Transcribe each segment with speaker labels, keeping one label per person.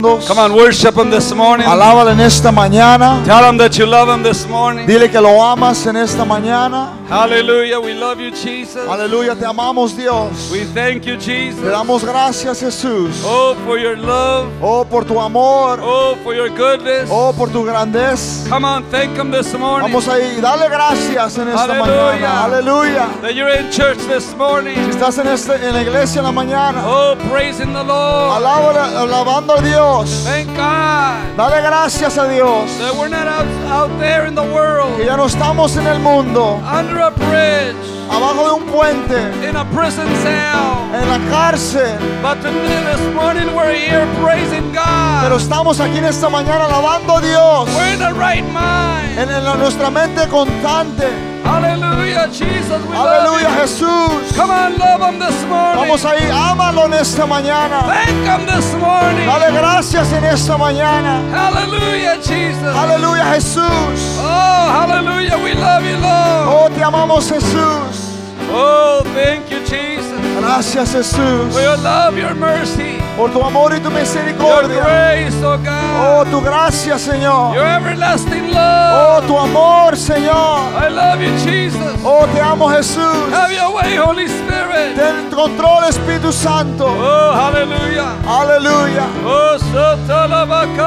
Speaker 1: Come
Speaker 2: Come
Speaker 1: on, worship Him this morning.
Speaker 2: Alábale en esta mañana.
Speaker 1: Tell Him that you love Him this morning.
Speaker 2: Dile que lo amas en esta mañana.
Speaker 1: Hallelujah. We love you, Jesus.
Speaker 2: Aleluya, te amamos Dios.
Speaker 1: We thank you,
Speaker 2: Te
Speaker 1: Jesus.
Speaker 2: damos gracias Jesús.
Speaker 1: Oh, for your love.
Speaker 2: Oh, por tu amor.
Speaker 1: Oh, for your goodness.
Speaker 2: Oh, por tu grandeza.
Speaker 1: Come on, thank Him this morning.
Speaker 2: Vamos ahí, dale gracias en esta
Speaker 1: Aleluya.
Speaker 2: mañana. Aleluya.
Speaker 1: That you're in church this morning.
Speaker 2: Estás en, este, en la iglesia en la mañana.
Speaker 1: Oh, praising the Lord.
Speaker 2: Alábale, alabando a Dios.
Speaker 1: Thank God
Speaker 2: Dale gracias a Dios.
Speaker 1: that we're not out, out there in the
Speaker 2: Que
Speaker 1: world,
Speaker 2: ya no estamos en el mundo.
Speaker 1: under a bridge,
Speaker 2: Abajo de un puente.
Speaker 1: in a prison cell.
Speaker 2: En la cárcel.
Speaker 1: But today, this morning, we're here praising
Speaker 2: Pero
Speaker 1: God.
Speaker 2: estamos aquí en esta mañana alabando a Dios
Speaker 1: We're in the right mind.
Speaker 2: en, en la- nuestra mente constante.
Speaker 1: Hallelujah, Jesus, we
Speaker 2: Aleluya,
Speaker 1: love you.
Speaker 2: Jesús.
Speaker 1: Come on, love him this morning.
Speaker 2: Vamos ahí, ámalo en esta mañana.
Speaker 1: Thank him this morning.
Speaker 2: Dale gracias en esta mañana.
Speaker 1: Hallelujah, Jesus.
Speaker 2: Aleluya, Jesús.
Speaker 1: Oh, hallelujah, we love you, Lord.
Speaker 2: Oh, te amamos, Jesús.
Speaker 1: Oh, thank you, Jesus,
Speaker 2: Gracias, Jesús,
Speaker 1: for your love, your mercy,
Speaker 2: por tu amor y tu
Speaker 1: your
Speaker 2: misericordia.
Speaker 1: grace, oh
Speaker 2: Oh,
Speaker 1: God,
Speaker 2: tu gracia,
Speaker 1: your
Speaker 2: Señor.
Speaker 1: everlasting love.
Speaker 2: Oh, tu amor, Señor.
Speaker 1: I love you, Jesus.
Speaker 2: Oh, te amo, Jesús.
Speaker 1: Have your way, Holy Spirit.
Speaker 2: Ten control, Espíritu Santo.
Speaker 1: Oh, hallelujah.
Speaker 2: Aleluya.
Speaker 1: Oh,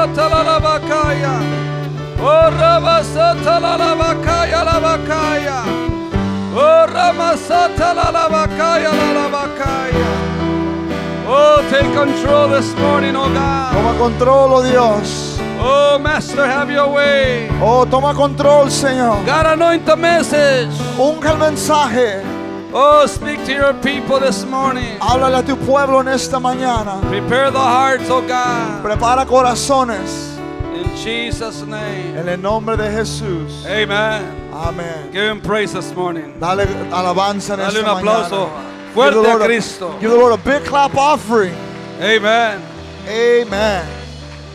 Speaker 1: sotalabakatalabakaya. Oh, rabasatalabakaya labakaya. Oh, ramasatalabakaya labakaya. Oh, take control this morning, oh God.
Speaker 2: Toma control, oh Dios.
Speaker 1: Oh, Master, have your way.
Speaker 2: Oh, toma control, Señor.
Speaker 1: God, anoint the message.
Speaker 2: Unge el mensaje.
Speaker 1: Oh, speak to your people this morning.
Speaker 2: Háblale a tu pueblo en esta mañana.
Speaker 1: Prepare the hearts, oh God.
Speaker 2: Prepara corazones.
Speaker 1: In Jesus' name.
Speaker 2: En el nombre de Jesús.
Speaker 1: Amen.
Speaker 2: Amén.
Speaker 1: Give him praise this morning.
Speaker 2: Dale alabanza en
Speaker 1: Dale un
Speaker 2: esta
Speaker 1: aplauso
Speaker 2: mañana. Give
Speaker 1: fuerte
Speaker 2: the Lord
Speaker 1: a Cristo.
Speaker 2: Give the Lord a big clap offering.
Speaker 1: Amen.
Speaker 2: Amen.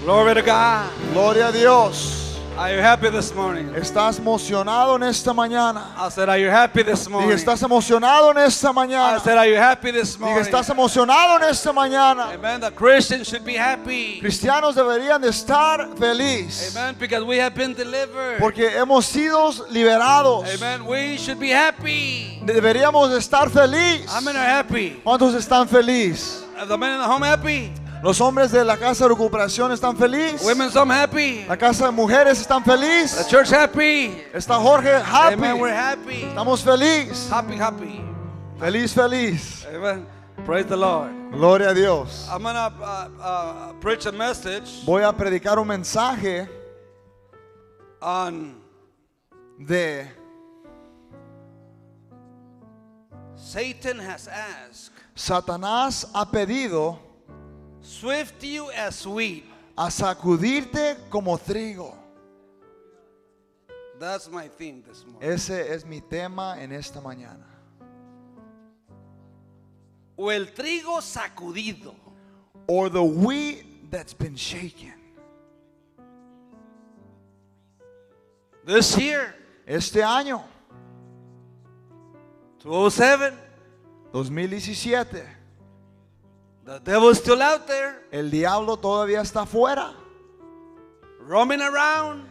Speaker 1: Glory to God.
Speaker 2: Gloria a Dios.
Speaker 1: Are you happy this morning?
Speaker 2: ¿Estás emocionado en esta mañana?
Speaker 1: I said, Are you happy this
Speaker 2: Dije,
Speaker 1: morning?
Speaker 2: ¿estás emocionado en esta
Speaker 1: I
Speaker 2: mañana?
Speaker 1: said, Are you happy this
Speaker 2: Dije,
Speaker 1: morning?
Speaker 2: ¿estás emocionado en esta mañana?
Speaker 1: Amen. The Christians should be happy.
Speaker 2: Cristianos deberían de estar felices.
Speaker 1: Amen. Because we have been delivered.
Speaker 2: Porque hemos sido liberados.
Speaker 1: Amen. We should be happy.
Speaker 2: Deberíamos de estar felices.
Speaker 1: How many are happy?
Speaker 2: ¿Cuántos están felices?
Speaker 1: Are the men in the home happy?
Speaker 2: Los hombres de la casa de recuperación están felices.
Speaker 1: Women, some happy.
Speaker 2: La casa de mujeres están
Speaker 1: The
Speaker 2: felices.
Speaker 1: church happy.
Speaker 2: Está Jorge
Speaker 1: Amen. We're
Speaker 2: happy.
Speaker 1: happy.
Speaker 2: Estamos felices.
Speaker 1: Happy, happy.
Speaker 2: Feliz, feliz.
Speaker 1: Amen. Praise the Lord.
Speaker 2: Gloria a Dios.
Speaker 1: I'm going to uh, uh, preach a message
Speaker 2: Voy a predicar un mensaje
Speaker 1: on
Speaker 2: de
Speaker 1: Satan has asked,
Speaker 2: Satanás ha pedido
Speaker 1: Swift you as wheat.
Speaker 2: a sacudirte como trigo.
Speaker 1: That's my theme this morning.
Speaker 2: Ese es mi tema en esta mañana.
Speaker 1: O el trigo sacudido.
Speaker 2: Or the wheat that's been shaken.
Speaker 1: This year,
Speaker 2: Este año,
Speaker 1: 207,
Speaker 2: 2017,
Speaker 1: the devil's still out there,
Speaker 2: el diablo todavía está afuera,
Speaker 1: roaming around.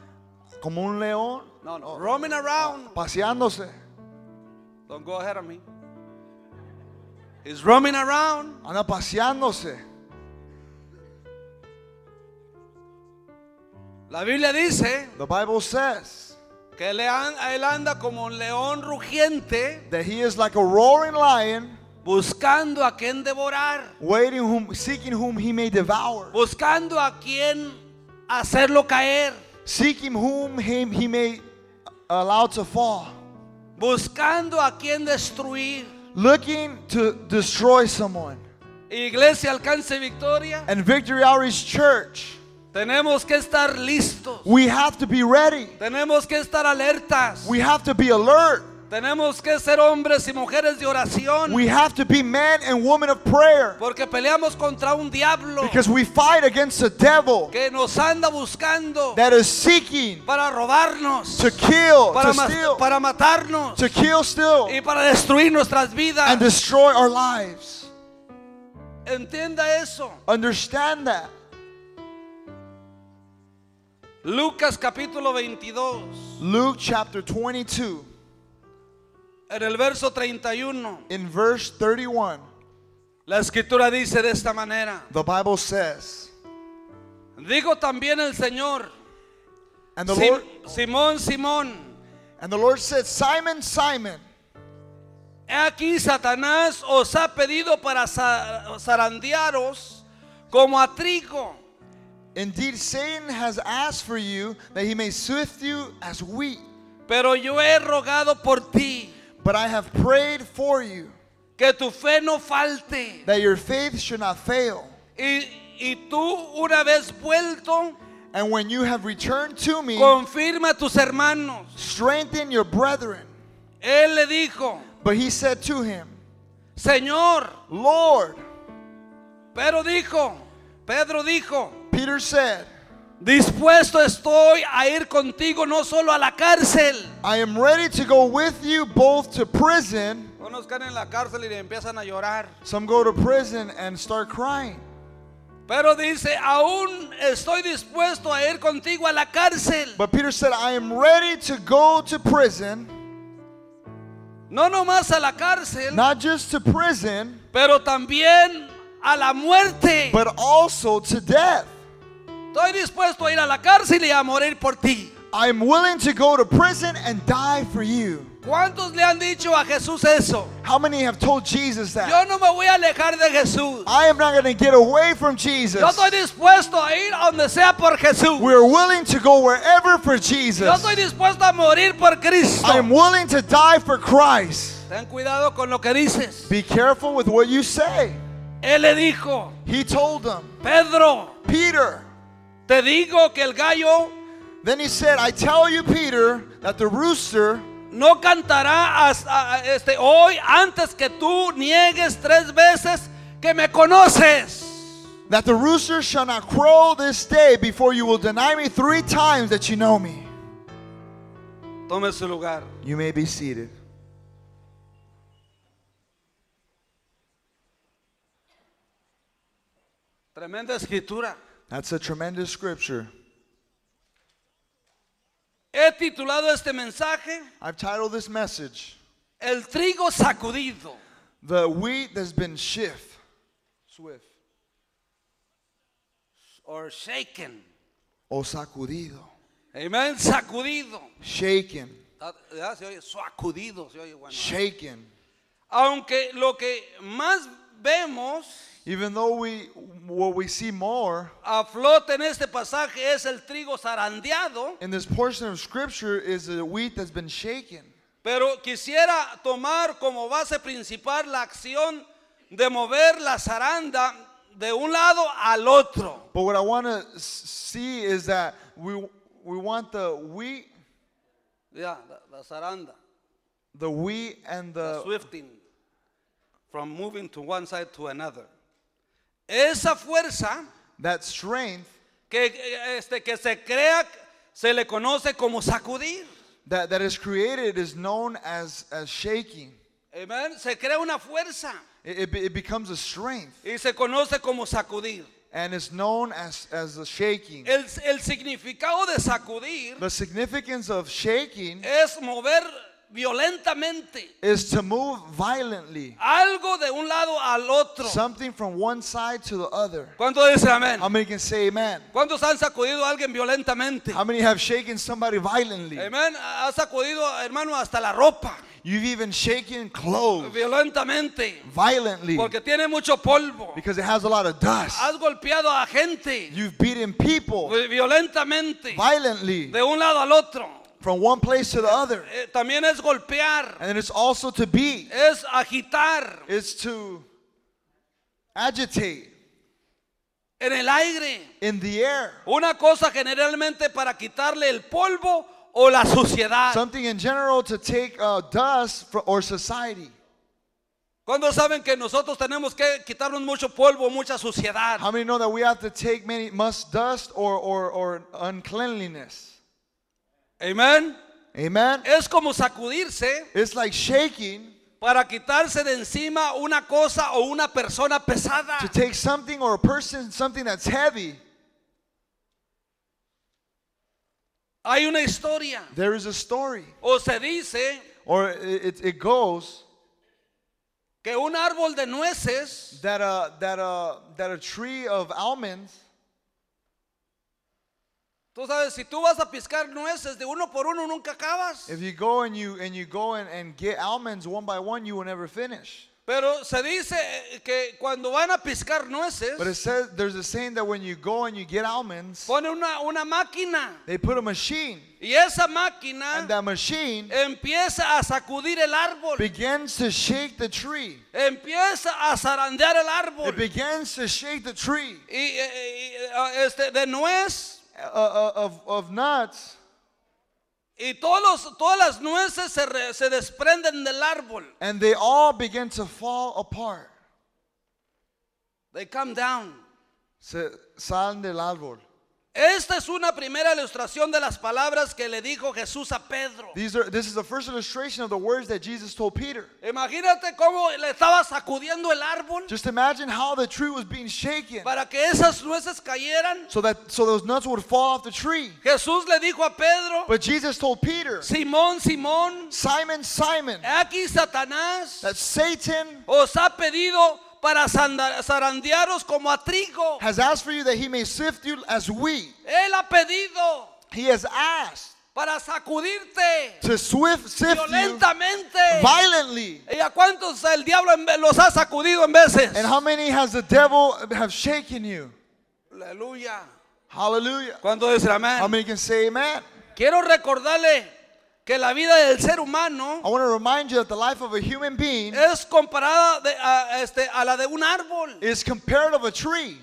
Speaker 2: como un león,
Speaker 1: No, no, roaming around.
Speaker 2: paseándose.
Speaker 1: Don't go ahead of me. He's roaming around,
Speaker 2: Anda paseándose.
Speaker 1: la Biblia dice
Speaker 2: The Bible says
Speaker 1: que le an- él anda como un león rugiente
Speaker 2: that he is like a roaring lion,
Speaker 1: buscando a quien devorar,
Speaker 2: waiting whom, seeking whom he may devour,
Speaker 1: buscando a quien hacerlo caer,
Speaker 2: seeking whom him he may allow to fall,
Speaker 1: buscando a quien destruir.
Speaker 2: looking to destroy someone.
Speaker 1: Iglesia alcance victoria.
Speaker 2: And Victory Outreach Church,
Speaker 1: Tenemos que estar listos.
Speaker 2: we have to be ready.
Speaker 1: Tenemos que estar alertas.
Speaker 2: We have to be alert.
Speaker 1: Tenemos que ser hombres y mujeres de oración.
Speaker 2: We have to be men and women of prayer.
Speaker 1: Porque peleamos contra un diablo
Speaker 2: Because we fight against the devil
Speaker 1: que nos anda buscando
Speaker 2: that is seeking
Speaker 1: para robarnos,
Speaker 2: to kill,
Speaker 1: para,
Speaker 2: to
Speaker 1: ma-
Speaker 2: steal,
Speaker 1: para matarnos
Speaker 2: to kill, steal,
Speaker 1: y para destruir nuestras
Speaker 2: and
Speaker 1: vidas.
Speaker 2: destroy our lives.
Speaker 1: Entienda eso.
Speaker 2: Understand that.
Speaker 1: Lucas capítulo 22,
Speaker 2: Luke chapter 22,
Speaker 1: en el verso 31,
Speaker 2: in verse 31,
Speaker 1: la escritura dice de esta manera,
Speaker 2: the Bible says,
Speaker 1: digo también el Señor,
Speaker 2: and the
Speaker 1: "Sim-
Speaker 2: Lord
Speaker 1: Simón, Simón,
Speaker 2: and the Lord said, Simon, Simon,
Speaker 1: he aquí Satanás os ha pedido para za- zarandearos como a trigo.
Speaker 2: indeed Satan has asked for you that he may sift you as wheat,
Speaker 1: Pero yo he rogado por ti
Speaker 2: but I have prayed for you
Speaker 1: que tu fe no falte.
Speaker 2: that your faith should not fail.
Speaker 1: Y, y tú una vez vuelto,
Speaker 2: And when you have returned to me,
Speaker 1: confirma a tus hermanos.
Speaker 2: strengthen your brethren.
Speaker 1: Él le dijo,
Speaker 2: But he said to him,
Speaker 1: Señor,
Speaker 2: Lord,
Speaker 1: pero dijo, Pedro dijo,
Speaker 2: Peter said,
Speaker 1: dispuesto estoy a ir contigo no solo a la cárcel.
Speaker 2: I am ready to go with you both to prison.
Speaker 1: Unos caen en la cárcel y empiezan a llorar.
Speaker 2: Some go to prison and start crying.
Speaker 1: Pero dice, aún estoy dispuesto a ir contigo a la cárcel.
Speaker 2: But Peter said, I am ready to go to prison,
Speaker 1: No nomás a la cárcel,
Speaker 2: not just to prison,
Speaker 1: pero también a la muerte.
Speaker 2: but also to death.
Speaker 1: Estoy dispuesto a ir a la cárcel y a morir por ti.
Speaker 2: I'm willing to go to prison and die for you.
Speaker 1: ¿Cuántos le han dicho a Jesús eso?
Speaker 2: How many have told Jesus
Speaker 1: Yo
Speaker 2: that?
Speaker 1: no me voy a alejar de Jesús.
Speaker 2: I am not going to get away from Jesus.
Speaker 1: Yo estoy dispuesto a ir a donde sea por Jesús.
Speaker 2: We're willing to go wherever for
Speaker 1: Yo
Speaker 2: Jesus.
Speaker 1: estoy dispuesto a morir por Cristo.
Speaker 2: I am willing to die for Christ.
Speaker 1: Ten cuidado con lo que dices.
Speaker 2: Be careful with what you say.
Speaker 1: Él le dijo,
Speaker 2: He told them,
Speaker 1: Pedro,
Speaker 2: Peter.
Speaker 1: te digo que el gallo
Speaker 2: Then he said, I tell you, Peter, that the rooster
Speaker 1: no cantará hasta, este, hoy antes que tú niegues tres veces que me conoces.
Speaker 2: That the rooster shall not crow this day before you will deny me three times that you know me.
Speaker 1: Tome su lugar.
Speaker 2: You may be seated.
Speaker 1: Tremenda escritura.
Speaker 2: That's a tremendous scripture.
Speaker 1: He titulado este mensaje
Speaker 2: I've titled this message,
Speaker 1: El trigo sacudido.
Speaker 2: The Wheat That's Been Shift. Swift.
Speaker 1: Or shaken.
Speaker 2: O sacudido.
Speaker 1: Amén. Sacudido.
Speaker 2: Shaken.
Speaker 1: Ah, ah, Se oye, sacudido. se oye, bueno.
Speaker 2: Shaken.
Speaker 1: Aunque lo que más vemos
Speaker 2: Even though we what we see more
Speaker 1: a flote en este pasaje es el trigo zarandeado,
Speaker 2: in this portion of scripture is the wheat that's been shaken.
Speaker 1: pero quisiera tomar como base principal la acción de mover la zaranda de un lado al otro.
Speaker 2: But what I want to see is that we we want the wheat,
Speaker 1: Ya, la, la zaranda.
Speaker 2: the wheat and
Speaker 1: the
Speaker 2: the
Speaker 1: swifting from moving to one side to another. Esa fuerza
Speaker 2: that strength
Speaker 1: que, eh, este, que se crea se le conoce como sacudir.
Speaker 2: that, that is created is known as, as shaking.
Speaker 1: Amen. Se crea una fuerza
Speaker 2: It, it, be- it becomes a strength
Speaker 1: y se conoce como sacudir.
Speaker 2: and is known as, as a shaking.
Speaker 1: El, el significado de sacudir
Speaker 2: The significance of shaking
Speaker 1: es mover violentamente
Speaker 2: is to move violently,
Speaker 1: algo de un lado al otro.
Speaker 2: something from one side to the other.
Speaker 1: ¿Cuántos dicen amén?
Speaker 2: How many can say amen?
Speaker 1: ¿Cuántos han sacudido a alguien violentamente?
Speaker 2: How many have shaken somebody violently?
Speaker 1: Amén. Ha sacudido, hermano, hasta la ropa.
Speaker 2: You've even shaken clothes
Speaker 1: violentamente
Speaker 2: violently
Speaker 1: porque tiene mucho polvo.
Speaker 2: because it has a lot of dust.
Speaker 1: Has golpeado a gente
Speaker 2: You've beaten people
Speaker 1: violentamente
Speaker 2: violently
Speaker 1: de un lado al otro.
Speaker 2: from one place to the other.
Speaker 1: Eh, también es golpear,
Speaker 2: And it's also to beat.
Speaker 1: es agitar
Speaker 2: is to agitate
Speaker 1: en el aire.
Speaker 2: in the air.
Speaker 1: Una cosa generalmente para quitarle el polvo o la suciedad.
Speaker 2: Something in general to take uh, dust fro- or society.
Speaker 1: Cuando saben que nosotros tenemos que quitarnos mucho polvo, mucha suciedad.
Speaker 2: How many know that we have to take many must dust or, or, or uncleanliness?
Speaker 1: Amén.
Speaker 2: Amen.
Speaker 1: Es como sacudirse
Speaker 2: It's like shaking
Speaker 1: para quitarse de encima una cosa o una persona pesada.
Speaker 2: to take something or a person, something that's heavy.
Speaker 1: Hay una historia.
Speaker 2: There is a story,
Speaker 1: O se dice
Speaker 2: or it, it goes
Speaker 1: que un árbol de nueces
Speaker 2: that a, that, a, that a tree of almonds,
Speaker 1: Tú sabes, si tú vas a piscar nueces de uno por uno, nunca acabas.
Speaker 2: if you go and you, and you go and, and get almonds one by one, you will never finish.
Speaker 1: Pero se dice eh, que cuando van a piscar nueces,
Speaker 2: But it says there's a saying that when you go and you get almonds,
Speaker 1: ponen una, una máquina.
Speaker 2: they put a machine,
Speaker 1: Y esa
Speaker 2: and
Speaker 1: máquina
Speaker 2: that machine
Speaker 1: empieza a sacudir el árbol.
Speaker 2: begins to shake the tree.
Speaker 1: Empieza a zarandear el
Speaker 2: It
Speaker 1: árbol.
Speaker 2: begins to shake the tree
Speaker 1: Y, eh, y, eh, ah, este, de nuez.
Speaker 2: uh, uh, of, of nuts,
Speaker 1: Y todos los- todas las nueces se, re- se desprenden del árbol.
Speaker 2: and they all begin to fall apart.
Speaker 1: They come down.
Speaker 2: Se salen del árbol.
Speaker 1: Esta es una primera ilustración de las palabras que le dijo Jesús a Pedro.
Speaker 2: These are, this is the first illustration of the words that Jesus told Peter.
Speaker 1: Imagínate cómo le estaba sacudiendo el árbol
Speaker 2: Just imagine how the tree was being shaken
Speaker 1: para que esas nueces cayeran.
Speaker 2: so that so those nuts would fall off the tree.
Speaker 1: Jesús le dijo a Pedro,
Speaker 2: But Jesus told Peter,
Speaker 1: Simón, Simón,
Speaker 2: Simon, Simon,
Speaker 1: he aquí Satanás
Speaker 2: that Satan
Speaker 1: os ha pedido para sanda- zarandearos como a trigo.
Speaker 2: has asked for you that he may sift you as wheat.
Speaker 1: Él ha pedido
Speaker 2: He has asked
Speaker 1: para sacudirte
Speaker 2: to swift sift you
Speaker 1: violentamente.
Speaker 2: violently.
Speaker 1: ¿Y a cuántos el diablo en ve- los ha sacudido en veces?
Speaker 2: And how many has the devil have shaken you?
Speaker 1: Aleluya.
Speaker 2: Hallelujah.
Speaker 1: ¿Cuántos dicen
Speaker 2: How
Speaker 1: amén?
Speaker 2: many can say amen?
Speaker 1: Quiero recordarle que la vida del ser humano
Speaker 2: I want to remind you that the life of a human being
Speaker 1: es comparada de- a, este, a la de un árbol.
Speaker 2: is compared of a tree.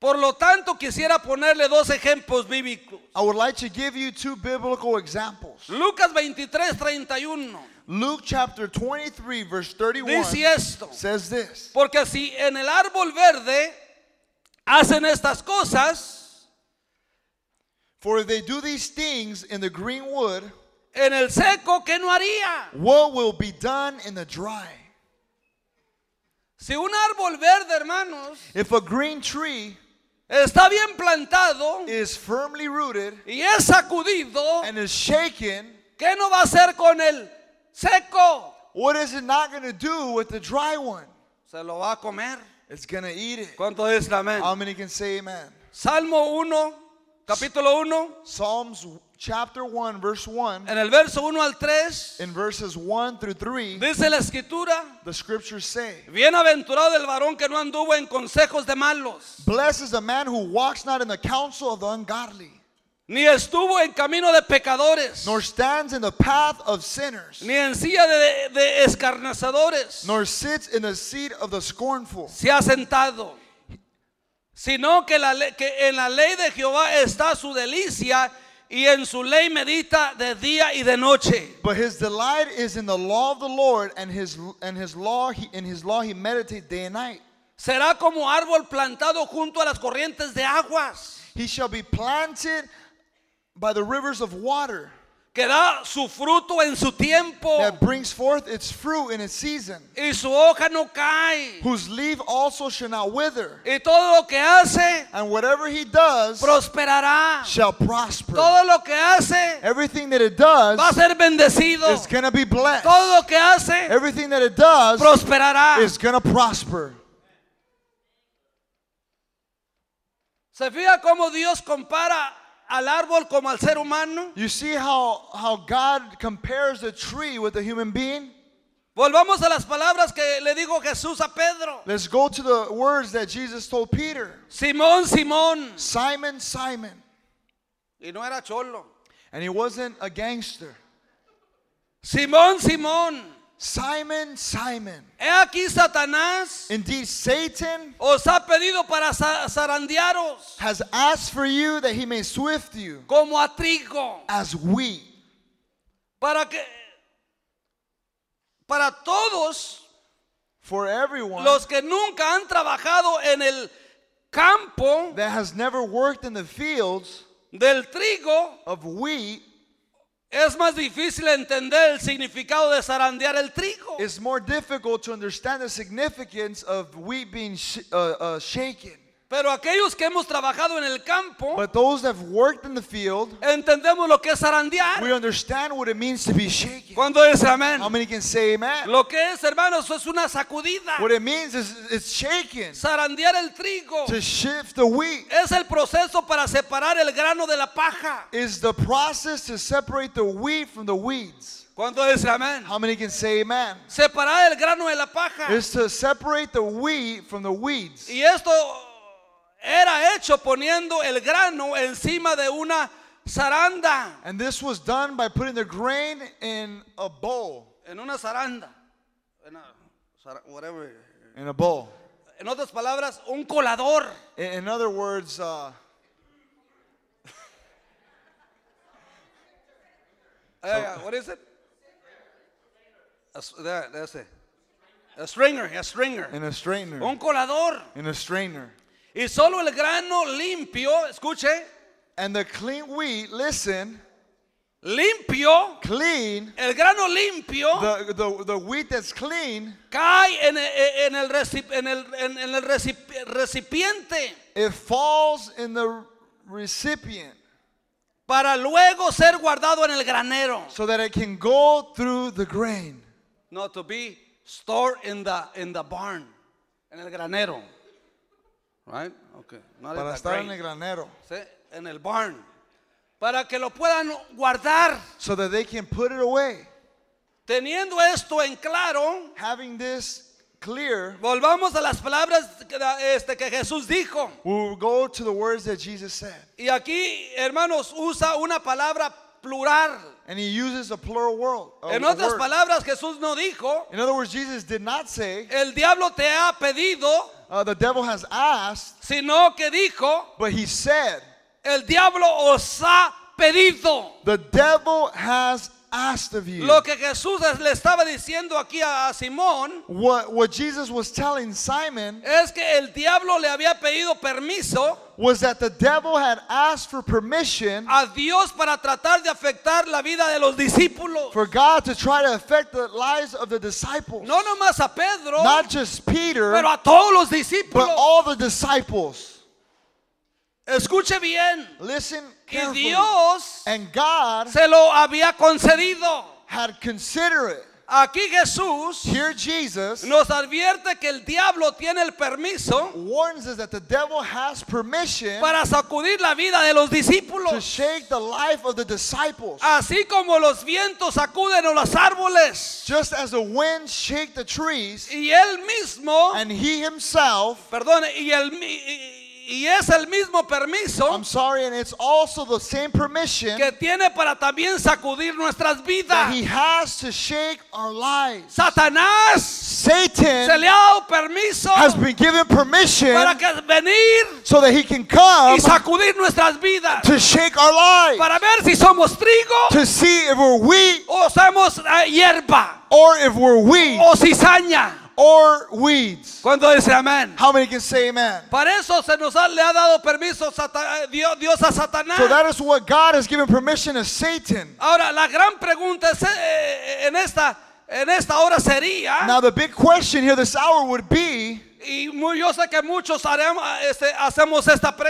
Speaker 1: Por lo tanto, quisiera ponerle dos ejemplos bíblicos.
Speaker 2: I would like to give you two biblical examples.
Speaker 1: Lucas 23, 31
Speaker 2: Luke chapter 23, verse 31
Speaker 1: dice esto.
Speaker 2: says this
Speaker 1: Porque si en el árbol verde hacen estas cosas,
Speaker 2: For if they do these things in the green wood,
Speaker 1: en el seco, ¿qué no haría?
Speaker 2: what will be done in the dry?
Speaker 1: Si un árbol verde, hermanos,
Speaker 2: If a green tree
Speaker 1: está bien plantado
Speaker 2: is firmly rooted
Speaker 1: y es sacudido,
Speaker 2: and is shaken,
Speaker 1: ¿qué no va a hacer con el seco?
Speaker 2: what is it not going to do with the dry one?
Speaker 1: Se lo va a comer.
Speaker 2: It's going to eat it.
Speaker 1: ¿Cuánto es amén?
Speaker 2: How many can say amen?
Speaker 1: Salmo 1, capítulo 1,
Speaker 2: Psalms chapter 1, verse 1,
Speaker 1: en el verso 1 al 3,
Speaker 2: in verses 1 through 3,
Speaker 1: dice la escritura,
Speaker 2: the scriptures say,
Speaker 1: bienaventurado el varón que no anduvo en consejos de malos,
Speaker 2: Blessed is the man who walks not in the counsel of the ungodly,
Speaker 1: ni estuvo en camino de pecadores,
Speaker 2: nor stands in the path of sinners,
Speaker 1: ni en silla de, de escarnazadores,
Speaker 2: nor sits in the seat of the scornful.
Speaker 1: se ha sentado, sino que, la le- que en la ley de Jehová está su delicia y en su ley medita de día y de noche.
Speaker 2: But his delight is in the law of the Lord, and his and his law he, in his law he meditates day and night.
Speaker 1: Será como árbol plantado junto a las corrientes de aguas.
Speaker 2: He shall be planted by the rivers of water
Speaker 1: que da su fruto en su tiempo
Speaker 2: that brings forth its fruit in its season,
Speaker 1: y su hoja no cae.
Speaker 2: whose leaf also shall not wither,
Speaker 1: Y todo lo que hace
Speaker 2: and whatever he does
Speaker 1: prosperará.
Speaker 2: shall prosper.
Speaker 1: Todo lo que hace
Speaker 2: Everything that it
Speaker 1: va a
Speaker 2: does
Speaker 1: ser bendecido.
Speaker 2: is gonna be blessed.
Speaker 1: Todo lo que hace
Speaker 2: Everything that it does
Speaker 1: prosperará.
Speaker 2: is going to prosper.
Speaker 1: ¿Se fija cómo Dios compara al árbol como al ser humano?
Speaker 2: You see how, how God compares the tree with the human being?
Speaker 1: Volvamos a las palabras que le dijo Jesús a Pedro.
Speaker 2: Let's go to the words that Jesus told Peter
Speaker 1: Simón, Simón.
Speaker 2: Simon, Simon.
Speaker 1: Y no era cholo.
Speaker 2: And he wasn't a gangster.
Speaker 1: Simón, Simón.
Speaker 2: Simon, Simon.
Speaker 1: He aquí Satanás
Speaker 2: Indeed, Satan
Speaker 1: os ha pedido para za- zarandearos.
Speaker 2: has asked for you that he may swift you
Speaker 1: como a trigo,
Speaker 2: as wheat.
Speaker 1: para que para todos
Speaker 2: For everyone
Speaker 1: los que nunca han trabajado en el campo
Speaker 2: that has never worked in the fields
Speaker 1: del trigo,
Speaker 2: of wheat,
Speaker 1: es más difícil entender el significado de zarandear el trigo.
Speaker 2: it's more difficult to understand the significance of wheat being sh- uh, uh, shaken.
Speaker 1: Pero aquellos que hemos trabajado en el campo,
Speaker 2: But those that have worked in the field,
Speaker 1: entendemos lo que es
Speaker 2: we
Speaker 1: zarandear.
Speaker 2: understand what it means to be shaken.
Speaker 1: Cuando es amén.
Speaker 2: How many can say amen?
Speaker 1: Lo que es, hermanos, es una sacudida.
Speaker 2: What it means is it's shaken
Speaker 1: Zarandear el trigo
Speaker 2: to shift the wheat.
Speaker 1: es el proceso para separar el grano de la paja.
Speaker 2: Is the process to separate the wheat from the weeds.
Speaker 1: Cuando es amén.
Speaker 2: How many can say amen?
Speaker 1: Separar el grano de la paja.
Speaker 2: Is to separate the wheat from the weeds.
Speaker 1: Y esto era hecho poniendo el grano encima de una zaranda.
Speaker 2: And this was done by putting the grain in a bowl.
Speaker 1: En una zaranda. En una zara- whatever.
Speaker 2: In a bowl.
Speaker 1: En otras palabras, un colador.
Speaker 2: In, in other words, uh,
Speaker 1: Eh, what is it? A s- that- that's it. A stringer, a stringer.
Speaker 2: in a strainer.
Speaker 1: Un colador.
Speaker 2: In a strainer.
Speaker 1: Y solo el grano limpio, escuche,
Speaker 2: And the clean wheat, listen,
Speaker 1: limpio,
Speaker 2: clean,
Speaker 1: el grano limpio
Speaker 2: the, the, the wheat that's clean,
Speaker 1: cae en, e- en el, reci- en el- en- en el reci- recipiente.
Speaker 2: it falls in the recipient
Speaker 1: para luego ser guardado en el granero.
Speaker 2: so that it can go through the grain.
Speaker 1: No, to be stored in the in the barn, en el granero. Right? Okay. Not in
Speaker 2: Para
Speaker 1: the
Speaker 2: estar en
Speaker 1: grain.
Speaker 2: el granero.
Speaker 1: Sí, en el barn. Para que lo puedan guardar.
Speaker 2: So that they can put it away.
Speaker 1: Teniendo esto en claro,
Speaker 2: Having this clear,
Speaker 1: volvamos a las palabras que, da- este, que Jesús dijo.
Speaker 2: we'll go to the words that Jesus said.
Speaker 1: Y aquí, hermanos, usa una palabra plural.
Speaker 2: And he uses a plural world. Oh, a-
Speaker 1: En
Speaker 2: a
Speaker 1: otras
Speaker 2: word.
Speaker 1: palabras, Jesús no dijo,
Speaker 2: In other words, Jesus did not say,
Speaker 1: el diablo te ha pedido,
Speaker 2: uh, the devil has asked,
Speaker 1: sino que dijo,
Speaker 2: but he said,
Speaker 1: El diablo os ha pedido.
Speaker 2: the devil has asked of you.
Speaker 1: Lo que Jesús le estaba diciendo aquí a, a Simón
Speaker 2: What, what Jesus was telling Simon
Speaker 1: es que el diablo le había pedido permiso
Speaker 2: was that the devil had asked for permission
Speaker 1: a Dios para tratar de afectar la vida de los discípulos.
Speaker 2: for God to try to affect the lives of the disciples.
Speaker 1: No nomás a Pedro,
Speaker 2: Not just Peter,
Speaker 1: pero a todos los
Speaker 2: but
Speaker 1: discípulos.
Speaker 2: all the disciples.
Speaker 1: Escuche bien.
Speaker 2: Listen
Speaker 1: Y
Speaker 2: carefully.
Speaker 1: Dios
Speaker 2: And God
Speaker 1: se lo había concedido.
Speaker 2: had considered it.
Speaker 1: Aquí Jesús
Speaker 2: Here Jesus
Speaker 1: nos advierte que el diablo tiene el permiso
Speaker 2: warns us that the devil has permission
Speaker 1: para sacudir la vida de los
Speaker 2: to
Speaker 1: discípulos.
Speaker 2: shake the life of the disciples.
Speaker 1: Así como los vientos sacuden a los árboles.
Speaker 2: Just as the wind shake the trees,
Speaker 1: Y él mismo,
Speaker 2: and he himself,
Speaker 1: perdón, y, el, mi- y, y es el mismo permiso
Speaker 2: I'm sorry, and it's also the same permission
Speaker 1: que tiene para también sacudir nuestras
Speaker 2: that
Speaker 1: vidas.
Speaker 2: he has to shake our lives.
Speaker 1: Satanás se
Speaker 2: Satan
Speaker 1: le ha dado permiso
Speaker 2: has been given permission
Speaker 1: para que venir
Speaker 2: so that he can come
Speaker 1: y sacudir nuestras vidas.
Speaker 2: Um, to shake our lives,
Speaker 1: Para ver si somos trigo
Speaker 2: to see if we're wheat
Speaker 1: o somos eh, hierba
Speaker 2: or if we're weak
Speaker 1: o cizaña.
Speaker 2: or weeds.
Speaker 1: Cuando dice amén.
Speaker 2: How many can say amen?
Speaker 1: Para eso se nos ha- le ha dado permiso Sata- eh, Dios, Dios a Satanás.
Speaker 2: So that is what God has given permission to Satan.
Speaker 1: Ahora, la gran pregunta es, eh, en, esta, en esta hora sería,
Speaker 2: Now, the big question here this hour would be,
Speaker 1: y muy- yo sé que muchos haremos, este, hacemos esta
Speaker 2: and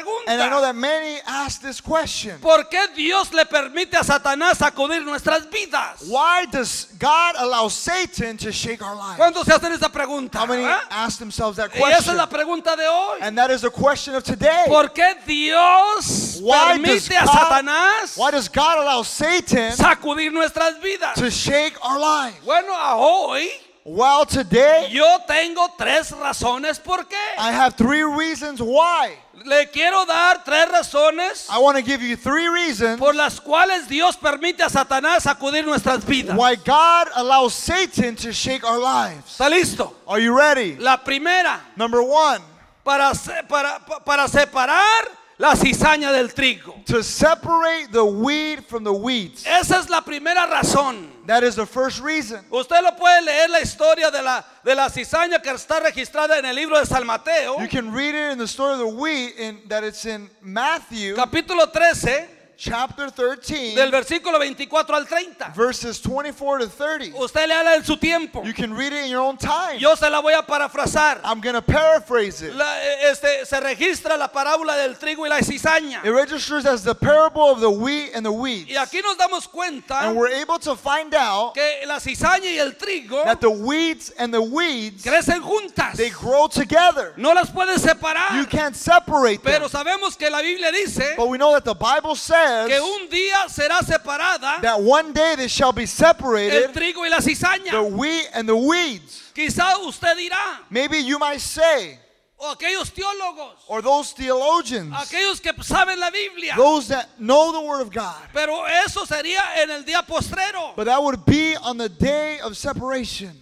Speaker 2: I know
Speaker 1: pregunta,
Speaker 2: that many ask this question.
Speaker 1: ¿por qué Dios le permite a Satanás sacudir nuestras vidas?
Speaker 2: Why does God allow Satan to shake our lives?
Speaker 1: ¿Cuántos se hacen esta pregunta?
Speaker 2: How many
Speaker 1: ¿verdad?
Speaker 2: ask themselves that
Speaker 1: Y esa es
Speaker 2: question?
Speaker 1: la pregunta de hoy.
Speaker 2: And that is the question of today.
Speaker 1: ¿Por qué Dios
Speaker 2: Why does
Speaker 1: permite a
Speaker 2: God-
Speaker 1: Satanás
Speaker 2: Why does God allow Satan
Speaker 1: sacudir nuestras vidas?
Speaker 2: to shake our lives?
Speaker 1: Bueno, a hoy
Speaker 2: Well, today
Speaker 1: yo tengo tres razones por qué.
Speaker 2: I have three reasons why.
Speaker 1: Le quiero dar tres razones
Speaker 2: I want to give you three reasons
Speaker 1: por las cuales Dios permite a Satanás sacudir nuestras vidas.
Speaker 2: why God allows Satan to shake our lives.
Speaker 1: ¿Está listo?
Speaker 2: Are you ready?
Speaker 1: La primera,
Speaker 2: Number one,
Speaker 1: para, se- para, pa- para separar la cizaña del trigo.
Speaker 2: to separate the wheat from the weeds.
Speaker 1: Esa es la primera razón.
Speaker 2: That is the first reason.
Speaker 1: Usted lo puede leer la historia de la, de la cizaña que está registrada en el libro de San Mateo,
Speaker 2: You can read it in the story of the wheat in that it's in Matthew
Speaker 1: capítulo 13,
Speaker 2: chapter 13,
Speaker 1: del versículo 24 al 30.
Speaker 2: verses 24 to 30.
Speaker 1: Usted le habla en su tiempo.
Speaker 2: You can read it in your own time.
Speaker 1: Yo se la voy a parafrasar.
Speaker 2: I'm going to paraphrase it.
Speaker 1: La- eh, este, se registra la parábola del trigo y la cizaña.
Speaker 2: It registers as the parable of the wheat and the weeds.
Speaker 1: Y aquí nos damos cuenta
Speaker 2: And we're able to find out
Speaker 1: que la cizaña y el trigo
Speaker 2: that the weeds and the weeds,
Speaker 1: crecen juntas.
Speaker 2: they grow together.
Speaker 1: No las pueden
Speaker 2: You
Speaker 1: separar.
Speaker 2: can't separate them.
Speaker 1: Pero sabemos que la Biblia dice
Speaker 2: But we know that the Bible says
Speaker 1: que un día será separada
Speaker 2: that one day they shall be
Speaker 1: el
Speaker 2: separated,
Speaker 1: trigo y la cizaña.
Speaker 2: the wheat and the weeds.
Speaker 1: Quizá usted dirá,
Speaker 2: Maybe you might say,
Speaker 1: o aquellos teólogos,
Speaker 2: or those theologians,
Speaker 1: aquellos que saben la Biblia,
Speaker 2: those that know the Word of God.
Speaker 1: pero eso sería en el día postrero.
Speaker 2: But that would be on the day of separation.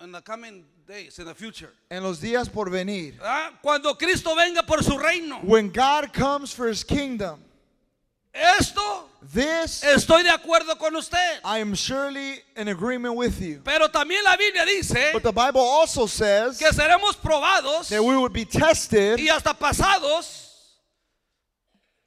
Speaker 1: In the coming days, in the future.
Speaker 2: En los días por venir.
Speaker 1: ¿Ah? Cuando Cristo venga por su reino.
Speaker 2: When God comes for his kingdom,
Speaker 1: Esto
Speaker 2: this
Speaker 1: estoy de acuerdo con usted.
Speaker 2: I am surely in agreement with you.
Speaker 1: Pero también la Biblia dice
Speaker 2: But the Bible also says
Speaker 1: que seremos probados
Speaker 2: that we would be tested
Speaker 1: y hasta pasados.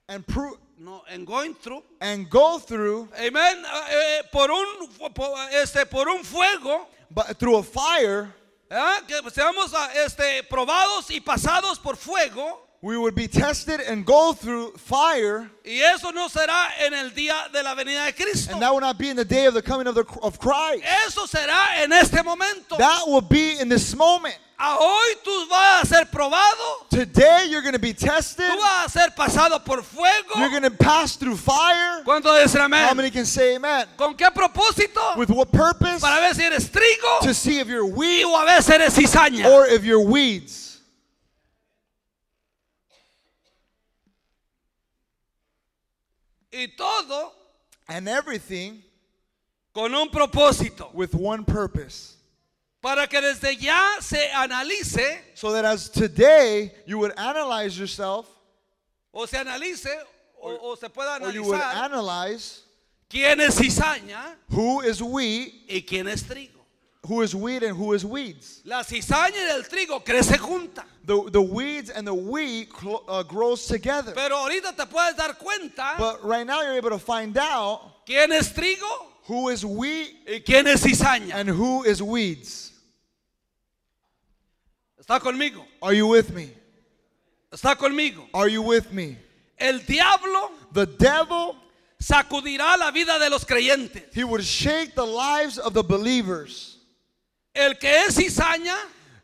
Speaker 2: and pro-
Speaker 1: No, en going through.
Speaker 2: and go through
Speaker 1: Amén. eh, eh, por un fu- po- este por un fuego.
Speaker 2: but through a fire,
Speaker 1: ¿ah? Que seamos ah, este, probados y pasados por fuego.
Speaker 2: we would be tested and go through fire,
Speaker 1: Y eso no será en el día de la venida de Cristo.
Speaker 2: and that will not be in the day of the coming of the of Christ.
Speaker 1: Eso será en este momento.
Speaker 2: That will be in this moment.
Speaker 1: A hoy tú vas a ser probado.
Speaker 2: Today you're going to be tested.
Speaker 1: Tú vas a ser pasado por fuego.
Speaker 2: You're going to pass through fire.
Speaker 1: ¿Cuánto dicen amén?
Speaker 2: How many can say amen?
Speaker 1: ¿Con qué propósito?
Speaker 2: With what purpose?
Speaker 1: Para ver si eres trigo
Speaker 2: To see if you're
Speaker 1: y
Speaker 2: wheat
Speaker 1: o a veces eres cizaña.
Speaker 2: or if you're weeds.
Speaker 1: Y todo
Speaker 2: And everything
Speaker 1: con un propósito.
Speaker 2: with one purpose.
Speaker 1: Para que desde ya se analice
Speaker 2: So that as today you would analyze yourself
Speaker 1: o se analice o, o se pueda
Speaker 2: or you would
Speaker 1: analizar
Speaker 2: analyze
Speaker 1: quién es cizaña
Speaker 2: who is wheat,
Speaker 1: y quién es trigo.
Speaker 2: who is wheat and who is weeds.
Speaker 1: La cizaña y el trigo crecen junta.
Speaker 2: The, the weeds and the wheat clo- uh, grows together.
Speaker 1: Pero ahorita te puedes dar cuenta
Speaker 2: But right now you're able to find out
Speaker 1: quién es trigo
Speaker 2: who is wheat
Speaker 1: y quién es cizaña.
Speaker 2: and who is weeds.
Speaker 1: Está conmigo.
Speaker 2: Are you with me?
Speaker 1: Está conmigo.
Speaker 2: Are you with me?
Speaker 1: El diablo
Speaker 2: The devil,
Speaker 1: sacudirá la vida de los creyentes.
Speaker 2: he would shake the lives of the believers.
Speaker 1: El que es cizaña,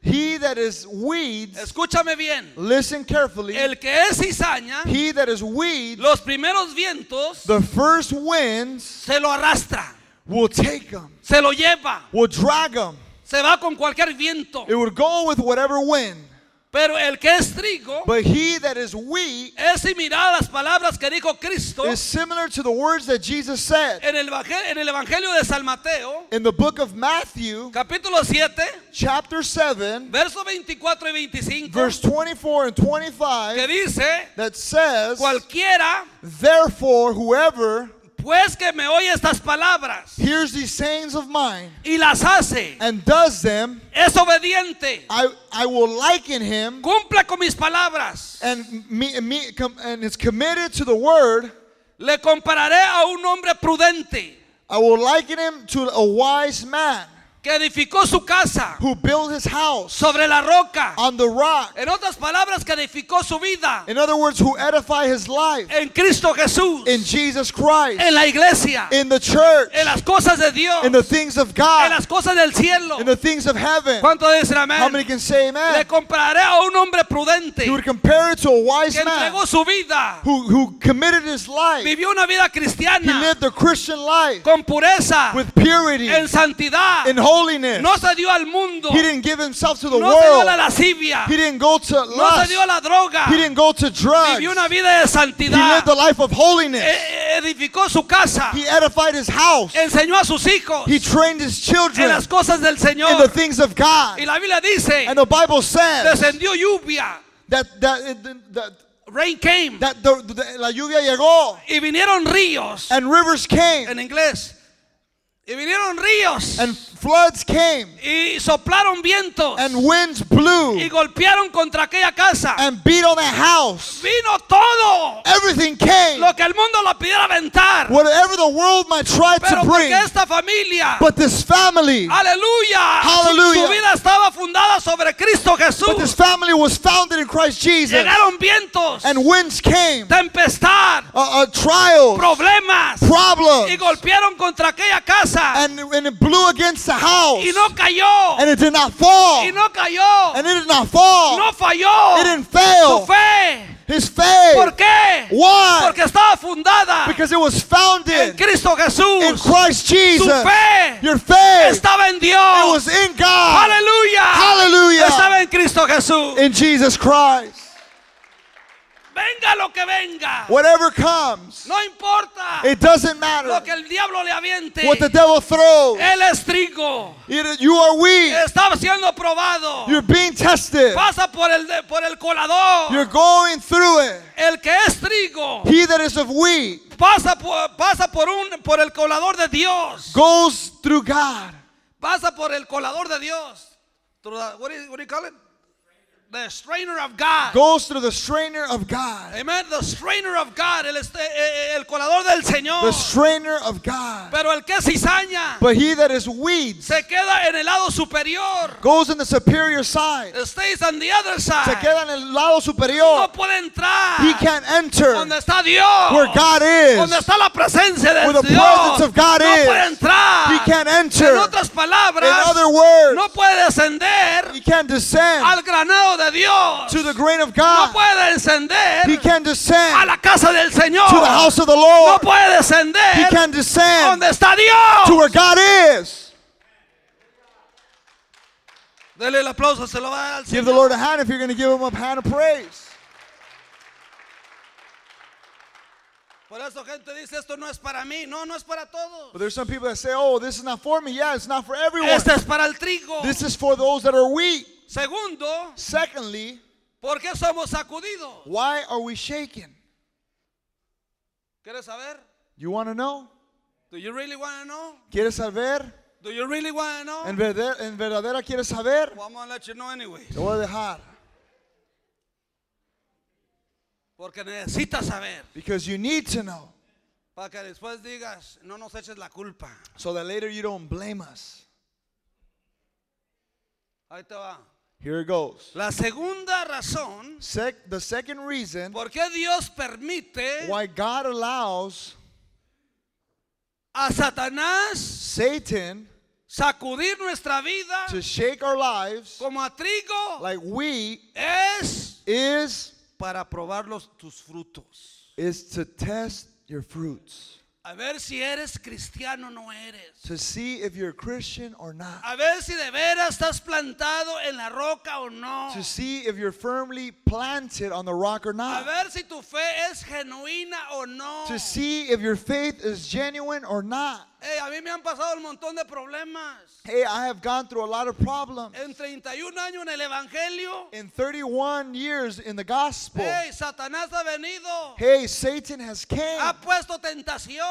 Speaker 2: He that is weeds,
Speaker 1: escúchame bien.
Speaker 2: listen carefully.
Speaker 1: El que es cizaña,
Speaker 2: He that is weeds,
Speaker 1: los primeros vientos
Speaker 2: the first winds
Speaker 1: se lo arrastra,
Speaker 2: will take him,
Speaker 1: se lo lleva,
Speaker 2: will drag him.
Speaker 1: se va con cualquier viento.
Speaker 2: It would go with whatever wind.
Speaker 1: Pero el que es trigo
Speaker 2: But he that is wheat
Speaker 1: es similar a las palabras que dijo Cristo
Speaker 2: is similar to the words that Jesus said
Speaker 1: en el, evangel- en el Evangelio de San Mateo,
Speaker 2: in the book of Matthew,
Speaker 1: capítulo 7,
Speaker 2: chapter 7,
Speaker 1: versos 24 y 25,
Speaker 2: verse 24 and
Speaker 1: que
Speaker 2: 25,
Speaker 1: dice,
Speaker 2: that says,
Speaker 1: cualquiera,
Speaker 2: Therefore, whoever
Speaker 1: pues que me oye estas palabras
Speaker 2: hears these sayings of mine
Speaker 1: y las hace,
Speaker 2: and does them,
Speaker 1: es obediente,
Speaker 2: I, I will liken him
Speaker 1: cumple con mis palabras.
Speaker 2: and, me, and, me, com- and is committed to the word.
Speaker 1: Le compararé a un hombre prudente
Speaker 2: I will liken him to a wise man
Speaker 1: que edificó su casa
Speaker 2: who built his house
Speaker 1: sobre la roca.
Speaker 2: on the rock.
Speaker 1: En otras palabras, que edificó su vida
Speaker 2: In other words, who edify his life
Speaker 1: en Cristo Jesús,
Speaker 2: in Jesus Christ,
Speaker 1: en la iglesia,
Speaker 2: in the church,
Speaker 1: en las cosas de Dios,
Speaker 2: in
Speaker 1: en
Speaker 2: the things of God,
Speaker 1: las cosas del cielo.
Speaker 2: in the things of heaven.
Speaker 1: ¿Cuánto dicen
Speaker 2: How many
Speaker 1: amén?
Speaker 2: can say
Speaker 1: Le
Speaker 2: amen?
Speaker 1: compararé a un hombre prudente
Speaker 2: You would compare it to a wise
Speaker 1: que
Speaker 2: man
Speaker 1: entregó su vida,
Speaker 2: who, who committed his life.
Speaker 1: vivió una vida
Speaker 2: He
Speaker 1: cristiana
Speaker 2: lived the Christian life
Speaker 1: con pureza,
Speaker 2: with purity,
Speaker 1: en santidad.
Speaker 2: in holiness.
Speaker 1: No se dio al mundo,
Speaker 2: He didn't give himself to the
Speaker 1: no se dio a
Speaker 2: world.
Speaker 1: la lascivia,
Speaker 2: He didn't go to
Speaker 1: no se
Speaker 2: lust.
Speaker 1: dio a la droga.
Speaker 2: He didn't go to drugs.
Speaker 1: Vivió una vida de
Speaker 2: He
Speaker 1: santidad.
Speaker 2: lived the life of holiness.
Speaker 1: E- Edificó su casa.
Speaker 2: He edified his house.
Speaker 1: Enseñó a sus hijos
Speaker 2: He trained his
Speaker 1: en
Speaker 2: children
Speaker 1: las cosas del
Speaker 2: in the
Speaker 1: Señor.
Speaker 2: things of God.
Speaker 1: Y la Biblia dice,
Speaker 2: And the Bible says
Speaker 1: descendió lluvia,
Speaker 2: that that that,
Speaker 1: rain came,
Speaker 2: that the, the- la lluvia llegó
Speaker 1: y vinieron ríos,
Speaker 2: and rivers came
Speaker 1: en inglés. Y vinieron ríos
Speaker 2: and floods came,
Speaker 1: y soplaron vientos
Speaker 2: and winds
Speaker 1: y
Speaker 2: blew,
Speaker 1: golpearon contra aquella casa.
Speaker 2: and beat on that house.
Speaker 1: Vino todo
Speaker 2: Everything came,
Speaker 1: lo que el mundo lo pidiera aventar.
Speaker 2: whatever the world might try
Speaker 1: Pero
Speaker 2: to
Speaker 1: porque
Speaker 2: bring.
Speaker 1: esta familia,
Speaker 2: But this family,
Speaker 1: aleluya, su-
Speaker 2: Hallelujah.
Speaker 1: su vida estaba fundada sobre Cristo
Speaker 2: but this
Speaker 1: Jesús.
Speaker 2: family was founded in Christ Jesus,
Speaker 1: Llegaron vientos,
Speaker 2: and winds came,
Speaker 1: tempestad,
Speaker 2: a, a trial,
Speaker 1: problemas y
Speaker 2: problem,
Speaker 1: golpearon contra aquella casa
Speaker 2: and, and it blew against the
Speaker 1: y
Speaker 2: house,
Speaker 1: no cayó,
Speaker 2: and it did not fall,
Speaker 1: y no cayó,
Speaker 2: and it did not fall,
Speaker 1: no falló.
Speaker 2: it didn't
Speaker 1: Su
Speaker 2: fail.
Speaker 1: fe,
Speaker 2: His faith.
Speaker 1: ¿por qué?
Speaker 2: Why?
Speaker 1: Porque estaba fundada
Speaker 2: Because it was
Speaker 1: en
Speaker 2: founded
Speaker 1: Cristo
Speaker 2: in
Speaker 1: Jesús.
Speaker 2: Christ
Speaker 1: Su
Speaker 2: Jesus.
Speaker 1: fe
Speaker 2: Your faith
Speaker 1: estaba en Dios.
Speaker 2: was in God. Eh.
Speaker 1: Aleluya.
Speaker 2: Hallelujah.
Speaker 1: Estaba en Cristo Jesús.
Speaker 2: In Jesus Christ.
Speaker 1: Venga lo que venga.
Speaker 2: Whatever comes,
Speaker 1: No importa
Speaker 2: it doesn't
Speaker 1: lo
Speaker 2: matter
Speaker 1: que el diablo le aviente.
Speaker 2: Eh. what the devil throws.
Speaker 1: Él es trigo.
Speaker 2: It- You are weak.
Speaker 1: Está siendo probado.
Speaker 2: You're being tested.
Speaker 1: Pasa por el, de- por el colador.
Speaker 2: You're going through it.
Speaker 1: El que es trigo
Speaker 2: He that is of wheat
Speaker 1: pasa por, pasa por, un, por el colador de Dios.
Speaker 2: goes through God.
Speaker 1: Pasa por el colador de Dios. Through the- what, is- what do you call it? The strainer of God.
Speaker 2: Goes through the strainer of God.
Speaker 1: Amen. The strainer of God. El, este- eh, eh, el colador del Señor.
Speaker 2: The strainer Pues- of God.
Speaker 1: Pero el que es cizaña
Speaker 2: But he that is weeds
Speaker 1: se queda en el lado superior.
Speaker 2: goes in the superior side.
Speaker 1: Stays on the other
Speaker 2: Se
Speaker 1: side.
Speaker 2: queda en el lado superior.
Speaker 1: No puede entrar
Speaker 2: He can't enter
Speaker 1: donde está Dios.
Speaker 2: where God
Speaker 1: Donde
Speaker 2: is.
Speaker 1: está la presencia de
Speaker 2: Where the
Speaker 1: Dios.
Speaker 2: presence of God
Speaker 1: no
Speaker 2: is.
Speaker 1: puede entrar.
Speaker 2: He can't
Speaker 1: En
Speaker 2: enter.
Speaker 1: otras
Speaker 2: In
Speaker 1: palabras,
Speaker 2: other words,
Speaker 1: no puede descender
Speaker 2: he can't descend
Speaker 1: al granado de Dios.
Speaker 2: to the grain of
Speaker 1: No
Speaker 2: God.
Speaker 1: puede descender
Speaker 2: He can't
Speaker 1: a
Speaker 2: descend
Speaker 1: la casa del Señor.
Speaker 2: to the house of the
Speaker 1: no
Speaker 2: Lord.
Speaker 1: puede
Speaker 2: He
Speaker 1: descender
Speaker 2: can't descend
Speaker 1: donde está Dios.
Speaker 2: to where God is.
Speaker 1: Dele el aplauso, se lo va a dar al
Speaker 2: Give the
Speaker 1: Señor.
Speaker 2: Lord a hand if you're going to give him a hand of praise.
Speaker 1: Por eso gente dice, esto no es para mí. No, no es para todos.
Speaker 2: But there's some people that say, oh, this is not for me. Yeah, it's not for everyone.
Speaker 1: Este es para el trigo.
Speaker 2: This is for those that are weak.
Speaker 1: Segundo,
Speaker 2: Secondly,
Speaker 1: ¿por qué somos sacudidos?
Speaker 2: why are we shaken?
Speaker 1: ¿Quieres saber?
Speaker 2: You want to know?
Speaker 1: Do you really want to know?
Speaker 2: ¿Quieres saber?
Speaker 1: Do you really want to know?
Speaker 2: ¿En verdad- en verdadera quieres saber?
Speaker 1: Well, I'm gonna let you know anyway.
Speaker 2: Te voy a dejar.
Speaker 1: Porque necesitas saber.
Speaker 2: Because you need to know
Speaker 1: Para que después digas, no nos eches la culpa.
Speaker 2: so that later you don't blame us.
Speaker 1: Ahí te va.
Speaker 2: Here it goes.
Speaker 1: La segunda razón
Speaker 2: Sec- the second reason
Speaker 1: por qué Dios permite
Speaker 2: why God allows
Speaker 1: a Satanás
Speaker 2: Satan
Speaker 1: sacudir nuestra vida
Speaker 2: to shake our lives
Speaker 1: como a trigo
Speaker 2: like wheat
Speaker 1: es
Speaker 2: is
Speaker 1: para probar los- tus frutos.
Speaker 2: is to test your fruits,
Speaker 1: A ver si eres cristiano o no eres.
Speaker 2: to see if you're a Christian or not,
Speaker 1: A ver si de veras estás plantado en la roca o no.
Speaker 2: to see if you're firmly planted on the rock or
Speaker 1: A
Speaker 2: not,
Speaker 1: ver si tu fe es genuina o no.
Speaker 2: to see if your faith is genuine or not.
Speaker 1: Ey, a mí me han pasado un montón de problemas.
Speaker 2: Hey, I have gone through a lot of problems.
Speaker 1: En 31 años en el Evangelio,
Speaker 2: In 31 years in the gospel,
Speaker 1: ey, Satanás ha venido,
Speaker 2: Hey, Satan has came.
Speaker 1: ha puesto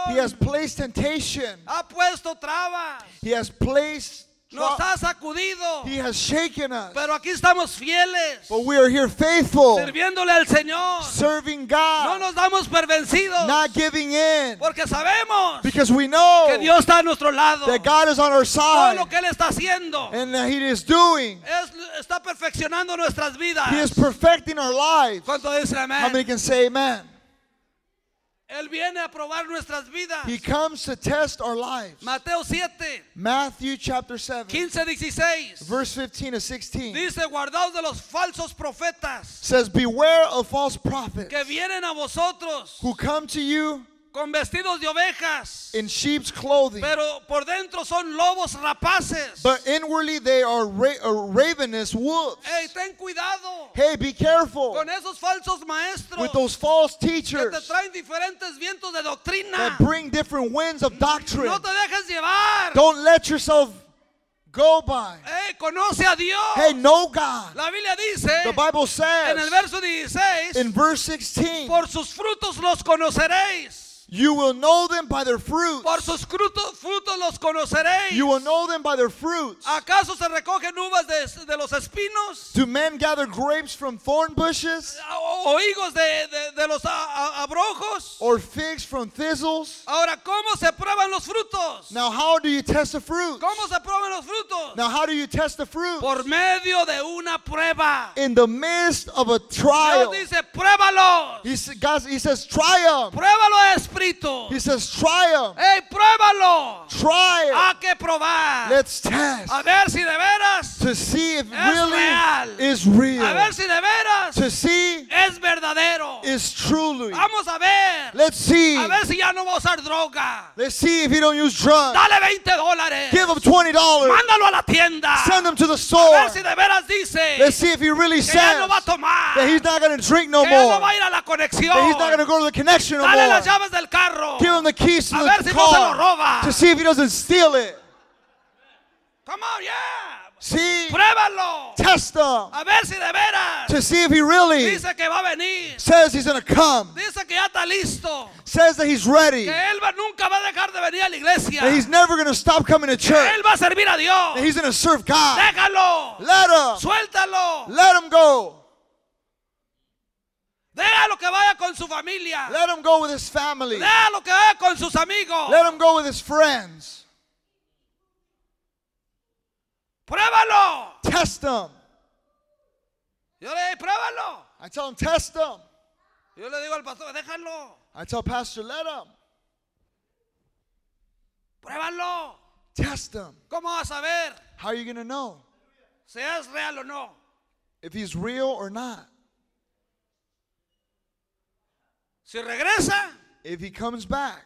Speaker 2: He has
Speaker 1: tentación,
Speaker 2: placed temptation.
Speaker 1: ha puesto trabas,
Speaker 2: He has placed.
Speaker 1: nos
Speaker 2: tro-
Speaker 1: ha sacudido.
Speaker 2: He has shaken us.
Speaker 1: Pero aquí estamos fieles,
Speaker 2: But we are here faithful,
Speaker 1: sirviéndole al Señor.
Speaker 2: serving
Speaker 1: No
Speaker 2: God,
Speaker 1: nos damos por vencidos,
Speaker 2: not giving in,
Speaker 1: porque sabemos
Speaker 2: because we know
Speaker 1: que Dios está a nuestro lado.
Speaker 2: that God is on our
Speaker 1: Todo
Speaker 2: side
Speaker 1: lo que Él está haciendo
Speaker 2: and that He is doing.
Speaker 1: es- está perfeccionando nuestras
Speaker 2: He is
Speaker 1: vidas.
Speaker 2: perfecting our lives.
Speaker 1: ¿Cuánto dice
Speaker 2: How many
Speaker 1: amén?
Speaker 2: can say Amen?
Speaker 1: Él viene a probar nuestras vidas.
Speaker 2: He comes to test our lives.
Speaker 1: Mateo 7,
Speaker 2: Matthew chapter 7,
Speaker 1: 15, 16.
Speaker 2: verse 15 to 16
Speaker 1: Dice, guardaos de los falsos profetas
Speaker 2: says, "Beware of false prophets
Speaker 1: que vienen a vosotros
Speaker 2: who come to you
Speaker 1: con vestidos de ovejas,
Speaker 2: in sheep's clothing."
Speaker 1: pero por dentro son lobos rapaces.
Speaker 2: But inwardly they are ra- uh, ravenous wolves.
Speaker 1: Ey, ten cuidado
Speaker 2: Hey, be careful
Speaker 1: con esos falsos
Speaker 2: with
Speaker 1: maestros
Speaker 2: those false
Speaker 1: que te
Speaker 2: teachers
Speaker 1: traen diferentes vientos de doctrina.
Speaker 2: that bring different winds of doctrine.
Speaker 1: No te dejes llevar.
Speaker 2: Don't let yourself go by.
Speaker 1: Ey, conoce a Dios.
Speaker 2: Hey, know God.
Speaker 1: La Biblia dice
Speaker 2: The Bible
Speaker 1: en el
Speaker 2: says
Speaker 1: verso 16,
Speaker 2: in verse 16,
Speaker 1: por sus frutos los conoceréis.
Speaker 2: You will know them by their fruits.
Speaker 1: Por sus frutos, frutos los conoceréis.
Speaker 2: You will know them by their fruits.
Speaker 1: ¿Acaso se recogen uvas de, de los espinos?
Speaker 2: Do men gather grapes from thorn bushes
Speaker 1: ¿O o higos de, de- de los a- a- abrojos?
Speaker 2: or figs from thistles?
Speaker 1: Ahora, ¿cómo se prueban los frutos?
Speaker 2: Now, how do you test the fruit?
Speaker 1: ¿Cómo se prueban los frutos?
Speaker 2: Now, how do you test the fruit?
Speaker 1: Por medio de una prueba.
Speaker 2: In the midst of a
Speaker 1: Dios
Speaker 2: trial,
Speaker 1: dice, pruébalos.
Speaker 2: he, sa- God, he says, triumph.
Speaker 1: Pruébalo, Espíritu.
Speaker 2: He says, triumph.
Speaker 1: ¡Ey, pruébalo!
Speaker 2: Try
Speaker 1: Hay que probar.
Speaker 2: it. Let's test
Speaker 1: A ver si de veras.
Speaker 2: to see if
Speaker 1: real.
Speaker 2: really is
Speaker 1: A ver
Speaker 2: real.
Speaker 1: si de veras
Speaker 2: To see
Speaker 1: es verdadero.
Speaker 2: is truly.
Speaker 1: Vamos a ver.
Speaker 2: Let's see.
Speaker 1: A ver si ya no va a usar droga.
Speaker 2: Let's see if he don't use drugs.
Speaker 1: Dale 20 dólares.
Speaker 2: Give him twenty dollars.
Speaker 1: Mándalo a la tienda.
Speaker 2: Send him to the
Speaker 1: A
Speaker 2: store.
Speaker 1: ver si de veras dice
Speaker 2: Let's see if he really
Speaker 1: Ah, que ya
Speaker 2: says
Speaker 1: no va a tomar.
Speaker 2: that he's not going to drink no
Speaker 1: que ya no va
Speaker 2: more.
Speaker 1: a ir a la conexión.
Speaker 2: That he's not going to go to the connection no
Speaker 1: Dale
Speaker 2: more.
Speaker 1: las llaves del carro.
Speaker 2: Give him the keys to
Speaker 1: A ver
Speaker 2: the
Speaker 1: si no se lo
Speaker 2: car
Speaker 1: roba.
Speaker 2: to see if he doesn't steal it.
Speaker 1: Come on, yeah.
Speaker 2: See,
Speaker 1: Pruébalo.
Speaker 2: test him
Speaker 1: A ver si de veras
Speaker 2: to see if he really
Speaker 1: dice que va a venir.
Speaker 2: says he's going to come.
Speaker 1: Dice que ya está listo.
Speaker 2: Says that he's ready. That
Speaker 1: Que él va- nunca va a dejar de venir a la iglesia.
Speaker 2: he's never going to stop coming to
Speaker 1: Que
Speaker 2: church.
Speaker 1: él va a servir a Dios.
Speaker 2: That he's going to serve God.
Speaker 1: Déjalo.
Speaker 2: Let him.
Speaker 1: Suéltalo.
Speaker 2: Let him go.
Speaker 1: Déjalo que vaya con su familia.
Speaker 2: Let him go with his family.
Speaker 1: Déjalo que vaya con sus amigos.
Speaker 2: Let him go with his friends.
Speaker 1: Pruébalo.
Speaker 2: Test him.
Speaker 1: Yo le digo, pruébalo.
Speaker 2: I tell him, test him.
Speaker 1: Yo le digo al pastor, déjalo.
Speaker 2: I tell Pastor, let him.
Speaker 1: Pruébalo.
Speaker 2: Test him.
Speaker 1: ¿Cómo vas a ver
Speaker 2: How are you going to know
Speaker 1: si es real o no?
Speaker 2: if he's real or not?
Speaker 1: Si regresa,
Speaker 2: If he comes back,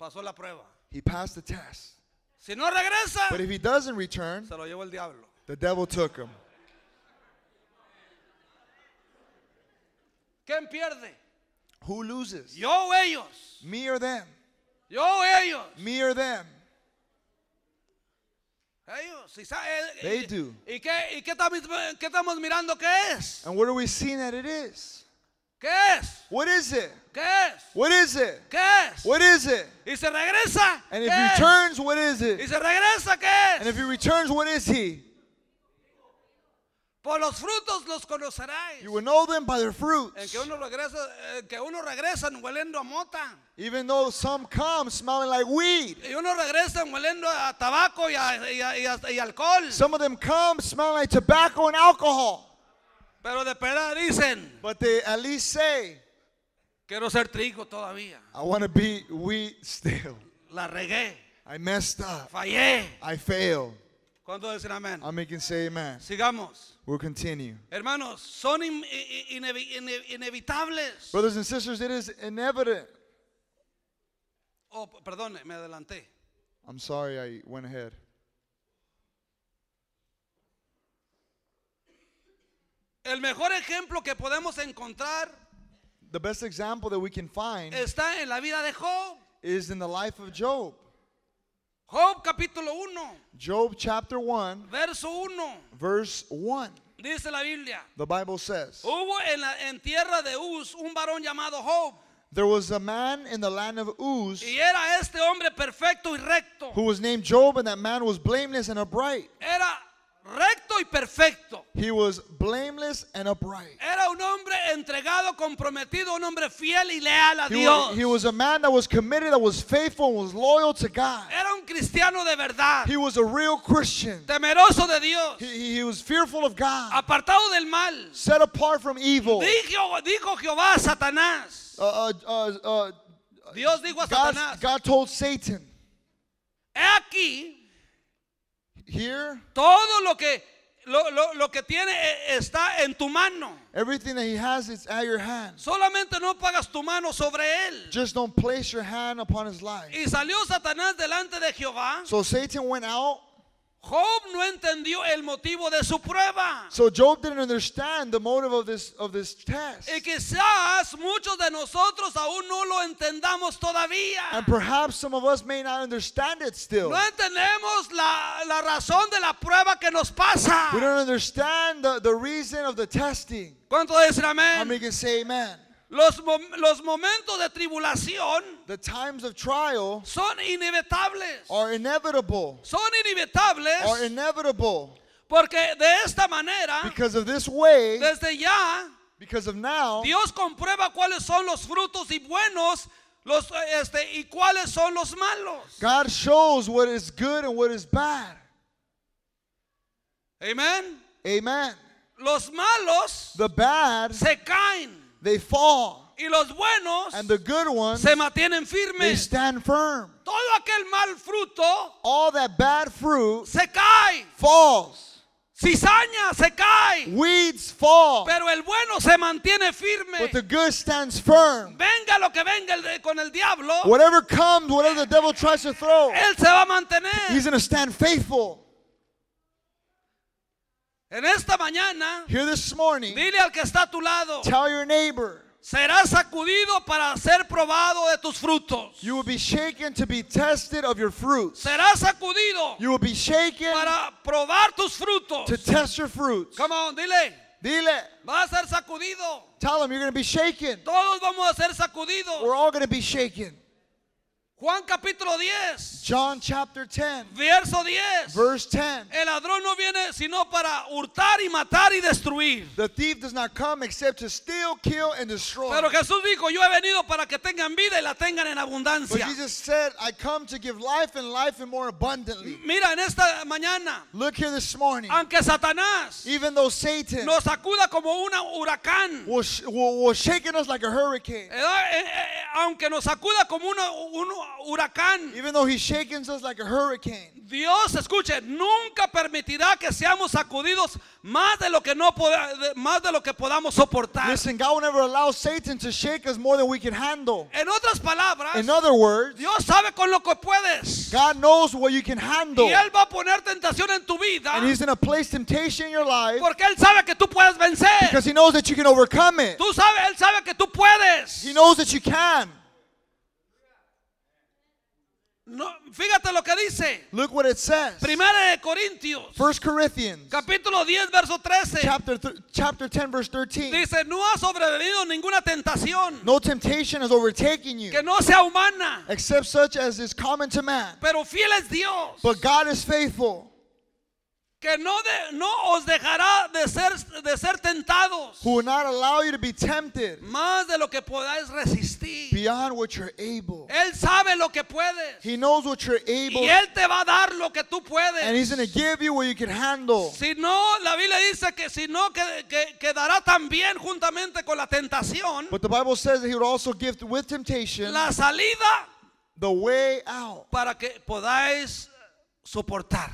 Speaker 1: pasó la prueba.
Speaker 2: he passed the test.
Speaker 1: Si no regresa,
Speaker 2: But if he doesn't return,
Speaker 1: se lo llevó el diablo.
Speaker 2: the devil took him.
Speaker 1: ¿Quién pierde?
Speaker 2: Who loses?
Speaker 1: Yo o ellos.
Speaker 2: Me or them?
Speaker 1: Yo o ellos.
Speaker 2: Me or them?
Speaker 1: Ellos, si sa- eh,
Speaker 2: They
Speaker 1: eh,
Speaker 2: do.
Speaker 1: ¿Y, qué, y qué, estamos, qué estamos mirando? ¿Qué es?
Speaker 2: And what are we seeing that it is?
Speaker 1: ¿Qué es?
Speaker 2: What is it?
Speaker 1: ¿Qué es?
Speaker 2: What is it?
Speaker 1: ¿Qué es?
Speaker 2: What is it?
Speaker 1: Y se regresa.
Speaker 2: And
Speaker 1: ¿qué
Speaker 2: if he
Speaker 1: es?
Speaker 2: returns, what is
Speaker 1: Y
Speaker 2: it?
Speaker 1: se regresa, ¿qué
Speaker 2: And if
Speaker 1: es?
Speaker 2: he returns, what is he?
Speaker 1: Por los frutos los conoceráis.
Speaker 2: You will know them by their
Speaker 1: En
Speaker 2: fruits.
Speaker 1: que uno regresa, eh, que uno regresa hueliendo a mota.
Speaker 2: Even though some come smelling like weed,
Speaker 1: Y uno regresa hueliendo a tabaco y, a- y a- y a- y alcohol.
Speaker 2: some of them come smelling like tobacco and alcohol.
Speaker 1: Pero de pera dicen,
Speaker 2: But they at least say,
Speaker 1: quiero ser trigo todavía.
Speaker 2: I want to be weed still.
Speaker 1: La regué,
Speaker 2: I messed up.
Speaker 1: fallé.
Speaker 2: I failed.
Speaker 1: ¿Cuántos dicen amén?
Speaker 2: I'm making say amen.
Speaker 1: Sigamos.
Speaker 2: We'll continue.
Speaker 1: Hermanos, son in- i- i- inevi- ine- inevitables.
Speaker 2: Brothers and sisters, it is inevitable.
Speaker 1: Oh, p- perdón, me adelanté.
Speaker 2: I'm sorry I went ahead.
Speaker 1: El mejor ejemplo que podemos encontrar
Speaker 2: The best example that we can find
Speaker 1: está en la vida de Job.
Speaker 2: is in the life of Job.
Speaker 1: Job capítulo 1,
Speaker 2: Job chapter 1,
Speaker 1: verso 1,
Speaker 2: verse 1.
Speaker 1: dice la Biblia.
Speaker 2: The Bible says,
Speaker 1: Hubo en, la- en tierra de Uz un varón llamado Job,
Speaker 2: There was a man in the land of Uz
Speaker 1: y era este hombre perfecto y recto.
Speaker 2: who was named Job, and that man was blameless and upright.
Speaker 1: Era recto y perfecto.
Speaker 2: He was blameless and upright.
Speaker 1: Era un hombre entregado, comprometido, un hombre fiel y leal a
Speaker 2: He wa-
Speaker 1: Dios.
Speaker 2: he was a man that was committed, that was faithful, and was loyal to God.
Speaker 1: Era un cristiano de verdad,
Speaker 2: He was a real Christian.
Speaker 1: temeroso de Dios,
Speaker 2: He, he- he was fearful of God,
Speaker 1: apartado del mal.
Speaker 2: set apart from evil.
Speaker 1: Dijo, dijo Jehová a Satanás.
Speaker 2: Uh, uh, uh, uh,
Speaker 1: Dios dijo a
Speaker 2: God,
Speaker 1: Satanás,
Speaker 2: God told Satan,
Speaker 1: he aquí
Speaker 2: Here,
Speaker 1: todo lo que lo, lo- lo que tiene eh, está en tu mano.
Speaker 2: everything that he has is at your hands.
Speaker 1: Solamente no pagas tu mano sobre él.
Speaker 2: Just don't place your hand upon his life.
Speaker 1: Y salió Satanás delante de Jehová.
Speaker 2: So Satan went out.
Speaker 1: Job no entendió el motivo de su prueba.
Speaker 2: So Job didn't understand the motive of this of this test.
Speaker 1: Y quizás muchos de nosotros aún no lo entendamos todavía.
Speaker 2: And perhaps some of us may not understand it still.
Speaker 1: No entendemos la, la razón de la prueba que nos pasa.
Speaker 2: We don't understand the, the reason of the testing.
Speaker 1: ¿Cuánto dicen
Speaker 2: How
Speaker 1: amén?
Speaker 2: many can say amen?
Speaker 1: Los, mom- los momentos de tribulación
Speaker 2: The times of trial
Speaker 1: son inevitables.
Speaker 2: are inevitable.
Speaker 1: Son inevitables
Speaker 2: Are inevitable.
Speaker 1: porque de esta manera,
Speaker 2: Because of this way,
Speaker 1: desde ya,
Speaker 2: because of now,
Speaker 1: Dios comprueba cuáles son los frutos y buenos los, eh, este, y cuáles son los malos.
Speaker 2: God shows what is good and what is bad.
Speaker 1: Amén.
Speaker 2: Amen.
Speaker 1: Los malos
Speaker 2: The bad,
Speaker 1: se caen
Speaker 2: they fall.
Speaker 1: y los buenos
Speaker 2: And the good ones,
Speaker 1: se mantienen
Speaker 2: they
Speaker 1: firmes.
Speaker 2: stand firm.
Speaker 1: Todo aquel mal fruto
Speaker 2: All that bad fruit
Speaker 1: se cae.
Speaker 2: falls.
Speaker 1: Cizaña se cae.
Speaker 2: Weeds fall.
Speaker 1: Pero el bueno se mantiene firme.
Speaker 2: But the good stands firm.
Speaker 1: Venga lo que venga el de- con el diablo,
Speaker 2: Whatever comes, whatever the devil tries to throw,
Speaker 1: él se va a mantener.
Speaker 2: he's going to stand faithful.
Speaker 1: En esta mañana,
Speaker 2: Here this morning,
Speaker 1: dile al que está a tu lado,
Speaker 2: tell your neighbor,
Speaker 1: serás sacudido para ser probado de tus frutos.
Speaker 2: you will be shaken to be tested of your fruits.
Speaker 1: Serás sacudido
Speaker 2: You will be shaken
Speaker 1: para probar tus frutos.
Speaker 2: to test your fruits.
Speaker 1: Come on, dile,
Speaker 2: Dile,
Speaker 1: vas a ser sacudido.
Speaker 2: tell him you're going to be shaken.
Speaker 1: Todos vamos a ser
Speaker 2: We're
Speaker 1: sacudidos.
Speaker 2: all going to be shaken.
Speaker 1: Juan capítulo 10,
Speaker 2: John chapter 10,
Speaker 1: verso 10.
Speaker 2: verse 10.
Speaker 1: El ladrón no viene sino para hurtar y matar y destruir.
Speaker 2: The thief does not come except to steal, kill, and destroy.
Speaker 1: Pero Jesús dijo, yo he venido para que tengan vida y la tengan en
Speaker 2: But
Speaker 1: abundancia.
Speaker 2: Jesus said, I come to give life and life and more abundantly.
Speaker 1: Mira, en esta mañana,
Speaker 2: Look here this morning.
Speaker 1: aunque Satanás
Speaker 2: Even though Satan
Speaker 1: nos sacuda como un huracán,
Speaker 2: will, sh- will, will shaking us like a hurricane,
Speaker 1: eh, eh, eh, aunque nos sacuda como una- un huracán,
Speaker 2: even though he shakens us like a hurricane,
Speaker 1: Dios, escuche, nunca permitirá que seamos sacudidos más de lo que no poda- de- más de lo que podamos soportar.
Speaker 2: listen, God will never allow Satan to shake us more than we can handle.
Speaker 1: En otras palabras,
Speaker 2: In other words,
Speaker 1: Dios sabe con lo que puedes.
Speaker 2: God knows what you can
Speaker 1: Y
Speaker 2: handle,
Speaker 1: él va a poner tentación en tu vida
Speaker 2: and he's going to place temptation in your life
Speaker 1: porque él sabe que tú puedes vencer.
Speaker 2: because he knows that you can overcome it.
Speaker 1: Tú sabes, él sabe que tú puedes.
Speaker 2: He knows that you can.
Speaker 1: No, fíjate lo que dice.
Speaker 2: Look what it says.
Speaker 1: Primera de Corintios,
Speaker 2: First Corinthians
Speaker 1: capítulo 10, verso 13.
Speaker 2: chapter th- chapter 10 verse 13.
Speaker 1: Dice, no ha sobrevenido ninguna tentación
Speaker 2: No temptation has overtaken you
Speaker 1: que no sea humana,
Speaker 2: except such as is common to man.
Speaker 1: pero fiel es Dios.
Speaker 2: But God is faithful,
Speaker 1: que no, de- no os dejará de ser, de ser tentados
Speaker 2: who will not allow you to be tempted
Speaker 1: más de lo que podáis resistir.
Speaker 2: beyond what you're able.
Speaker 1: Él sabe lo que puedes
Speaker 2: He knows what you're
Speaker 1: y
Speaker 2: able
Speaker 1: Él te va a dar lo que tú
Speaker 2: and
Speaker 1: puedes.
Speaker 2: he's going to give you what you can handle.
Speaker 1: Si no, la Biblia dice que si no, que, que- quedará también juntamente con la tentación
Speaker 2: But the Bible says that he would also give with temptation
Speaker 1: la salida
Speaker 2: the way out,
Speaker 1: para que podáis soportar.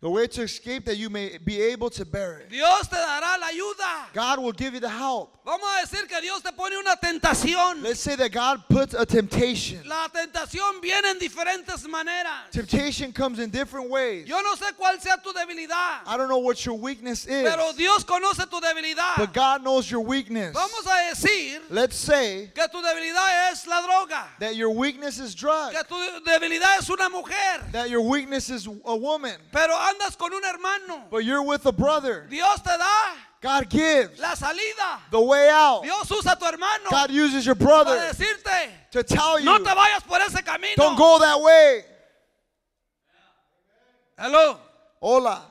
Speaker 2: the way to escape that you may be able to bear it.
Speaker 1: Dios te dará la ayuda.
Speaker 2: God will give you the help.
Speaker 1: Vamos a decir que Dios te pone una tentación.
Speaker 2: Let's say that God puts a temptation.
Speaker 1: La tentación viene en diferentes maneras.
Speaker 2: Temptation comes in different ways.
Speaker 1: Yo no sé cuál sea tu debilidad,
Speaker 2: I don't know what your weakness is,
Speaker 1: pero Dios conoce tu debilidad.
Speaker 2: but God knows your weakness.
Speaker 1: Vamos a decir
Speaker 2: Let's say
Speaker 1: que tu debilidad es la droga,
Speaker 2: that your weakness is drugs,
Speaker 1: que tu debilidad es una mujer,
Speaker 2: that your weakness is a woman,
Speaker 1: pero andas con un hermano.
Speaker 2: but you're with a brother.
Speaker 1: Dios te da
Speaker 2: God gives
Speaker 1: la salida.
Speaker 2: the way out.
Speaker 1: Dios usa a tu hermano
Speaker 2: God uses your
Speaker 1: para
Speaker 2: brother
Speaker 1: decirte,
Speaker 2: to tell
Speaker 1: no
Speaker 2: you,
Speaker 1: te vayas por ese camino.
Speaker 2: don't go that way.
Speaker 1: Hello.
Speaker 2: Hola.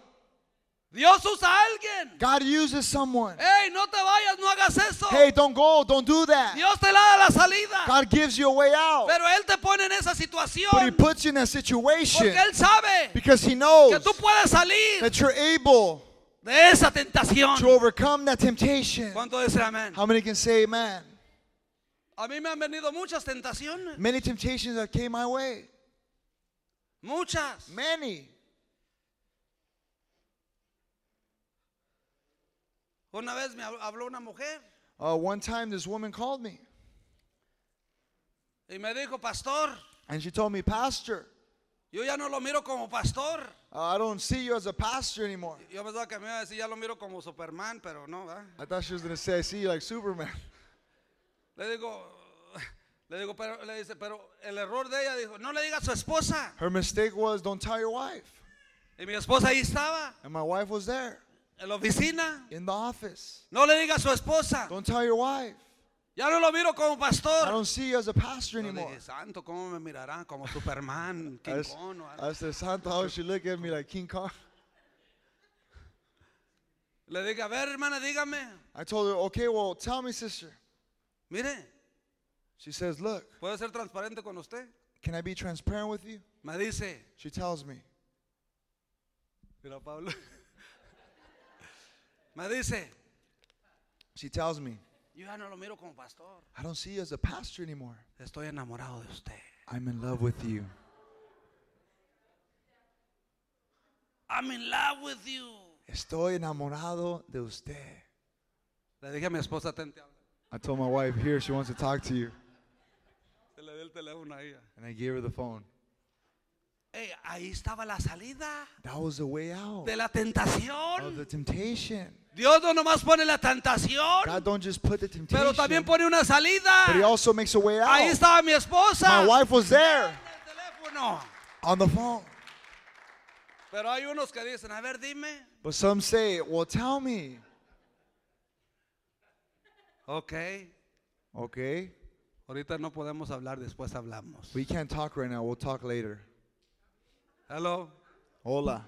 Speaker 1: Dios usa a alguien.
Speaker 2: God uses someone.
Speaker 1: Hey, no te vayas, no hagas eso.
Speaker 2: Hey, don't go. Don't do that.
Speaker 1: Dios te la da la salida,
Speaker 2: God gives you a way out,
Speaker 1: pero Él te pone en esa
Speaker 2: but He
Speaker 1: situación
Speaker 2: puts you in that situation
Speaker 1: porque Él sabe
Speaker 2: because He
Speaker 1: que
Speaker 2: knows
Speaker 1: tú puedes salir
Speaker 2: that you're able
Speaker 1: de esa
Speaker 2: to
Speaker 1: tentación.
Speaker 2: overcome that temptation.
Speaker 1: ¿Cuánto dice amén?
Speaker 2: How many can say amen?
Speaker 1: A mí me han venido muchas tentaciones,
Speaker 2: Many temptations that came my way.
Speaker 1: muchas.
Speaker 2: Many.
Speaker 1: Una vez me hab- habló una mujer
Speaker 2: Uh, one time this woman called me
Speaker 1: y me dijo, pastor,
Speaker 2: and she told me, Pastor,
Speaker 1: yo ya no lo miro como pastor.
Speaker 2: uh, I don't see you as a pastor anymore.
Speaker 1: Yo pensaba que me iba a decir, ya lo miro como Superman, pero no, ¿verdad?
Speaker 2: I thought she was going to say, I see you like Superman.
Speaker 1: Le digo, le digo, pero, le dice, pero el error de ella dijo, no le diga a su esposa.
Speaker 2: Her mistake was, Don't tell your wife.
Speaker 1: Y mi esposa ahí estaba,
Speaker 2: And my wife was there
Speaker 1: en la oficina.
Speaker 2: in the office.
Speaker 1: No le diga a su esposa.
Speaker 2: Don't tell your wife.
Speaker 1: Ya no lo miro como
Speaker 2: I
Speaker 1: pastor.
Speaker 2: don't see you as a pastor
Speaker 1: Yo
Speaker 2: anymore.
Speaker 1: dije, santo, ¿cómo me mirarán? Como Superman, King
Speaker 2: I,
Speaker 1: Kong o algo".
Speaker 2: I said, Santa, how she look at me like King Kong?
Speaker 1: Le dije, a ver, hermana, dígame.
Speaker 2: I told her, okay, well, tell me, sister.
Speaker 1: Mire,
Speaker 2: She says, look,
Speaker 1: ¿puedo ser transparente con usted?
Speaker 2: can I be transparent with you?
Speaker 1: Me dice,
Speaker 2: She tells me,
Speaker 1: mira Pablo, me dice,
Speaker 2: she tells me,
Speaker 1: yo ya no lo miro como pastor.
Speaker 2: I don't see you as a pastor anymore.
Speaker 1: Estoy enamorado de usted.
Speaker 2: I'm in love with you.
Speaker 1: I'm in love with you.
Speaker 2: Estoy enamorado de usted.
Speaker 1: Le dije a mi esposa, ten, te habla.
Speaker 2: I told my wife, here, she wants to talk to you.
Speaker 1: Se le di el teléfono a ella.
Speaker 2: And I gave her the phone.
Speaker 1: Ey, Eh, ahí estaba la salida
Speaker 2: That was the way out
Speaker 1: de la
Speaker 2: of
Speaker 1: tentación.
Speaker 2: the temptation.
Speaker 1: Dios no nomás pone la tentación,
Speaker 2: God don't just put the temptation,
Speaker 1: pero también
Speaker 2: but
Speaker 1: pone una salida.
Speaker 2: He also makes a way out.
Speaker 1: Ahí estaba mi esposa.
Speaker 2: My wife was there
Speaker 1: El teléfono.
Speaker 2: on the phone.
Speaker 1: Pero hay unos que dicen, a ver, dime.
Speaker 2: But some say, well, tell me.
Speaker 1: Ok,
Speaker 2: Okay,
Speaker 1: ahorita no podemos hablar, después hablamos.
Speaker 2: we can't talk right now. We'll talk later.
Speaker 1: Hello.
Speaker 2: Hola.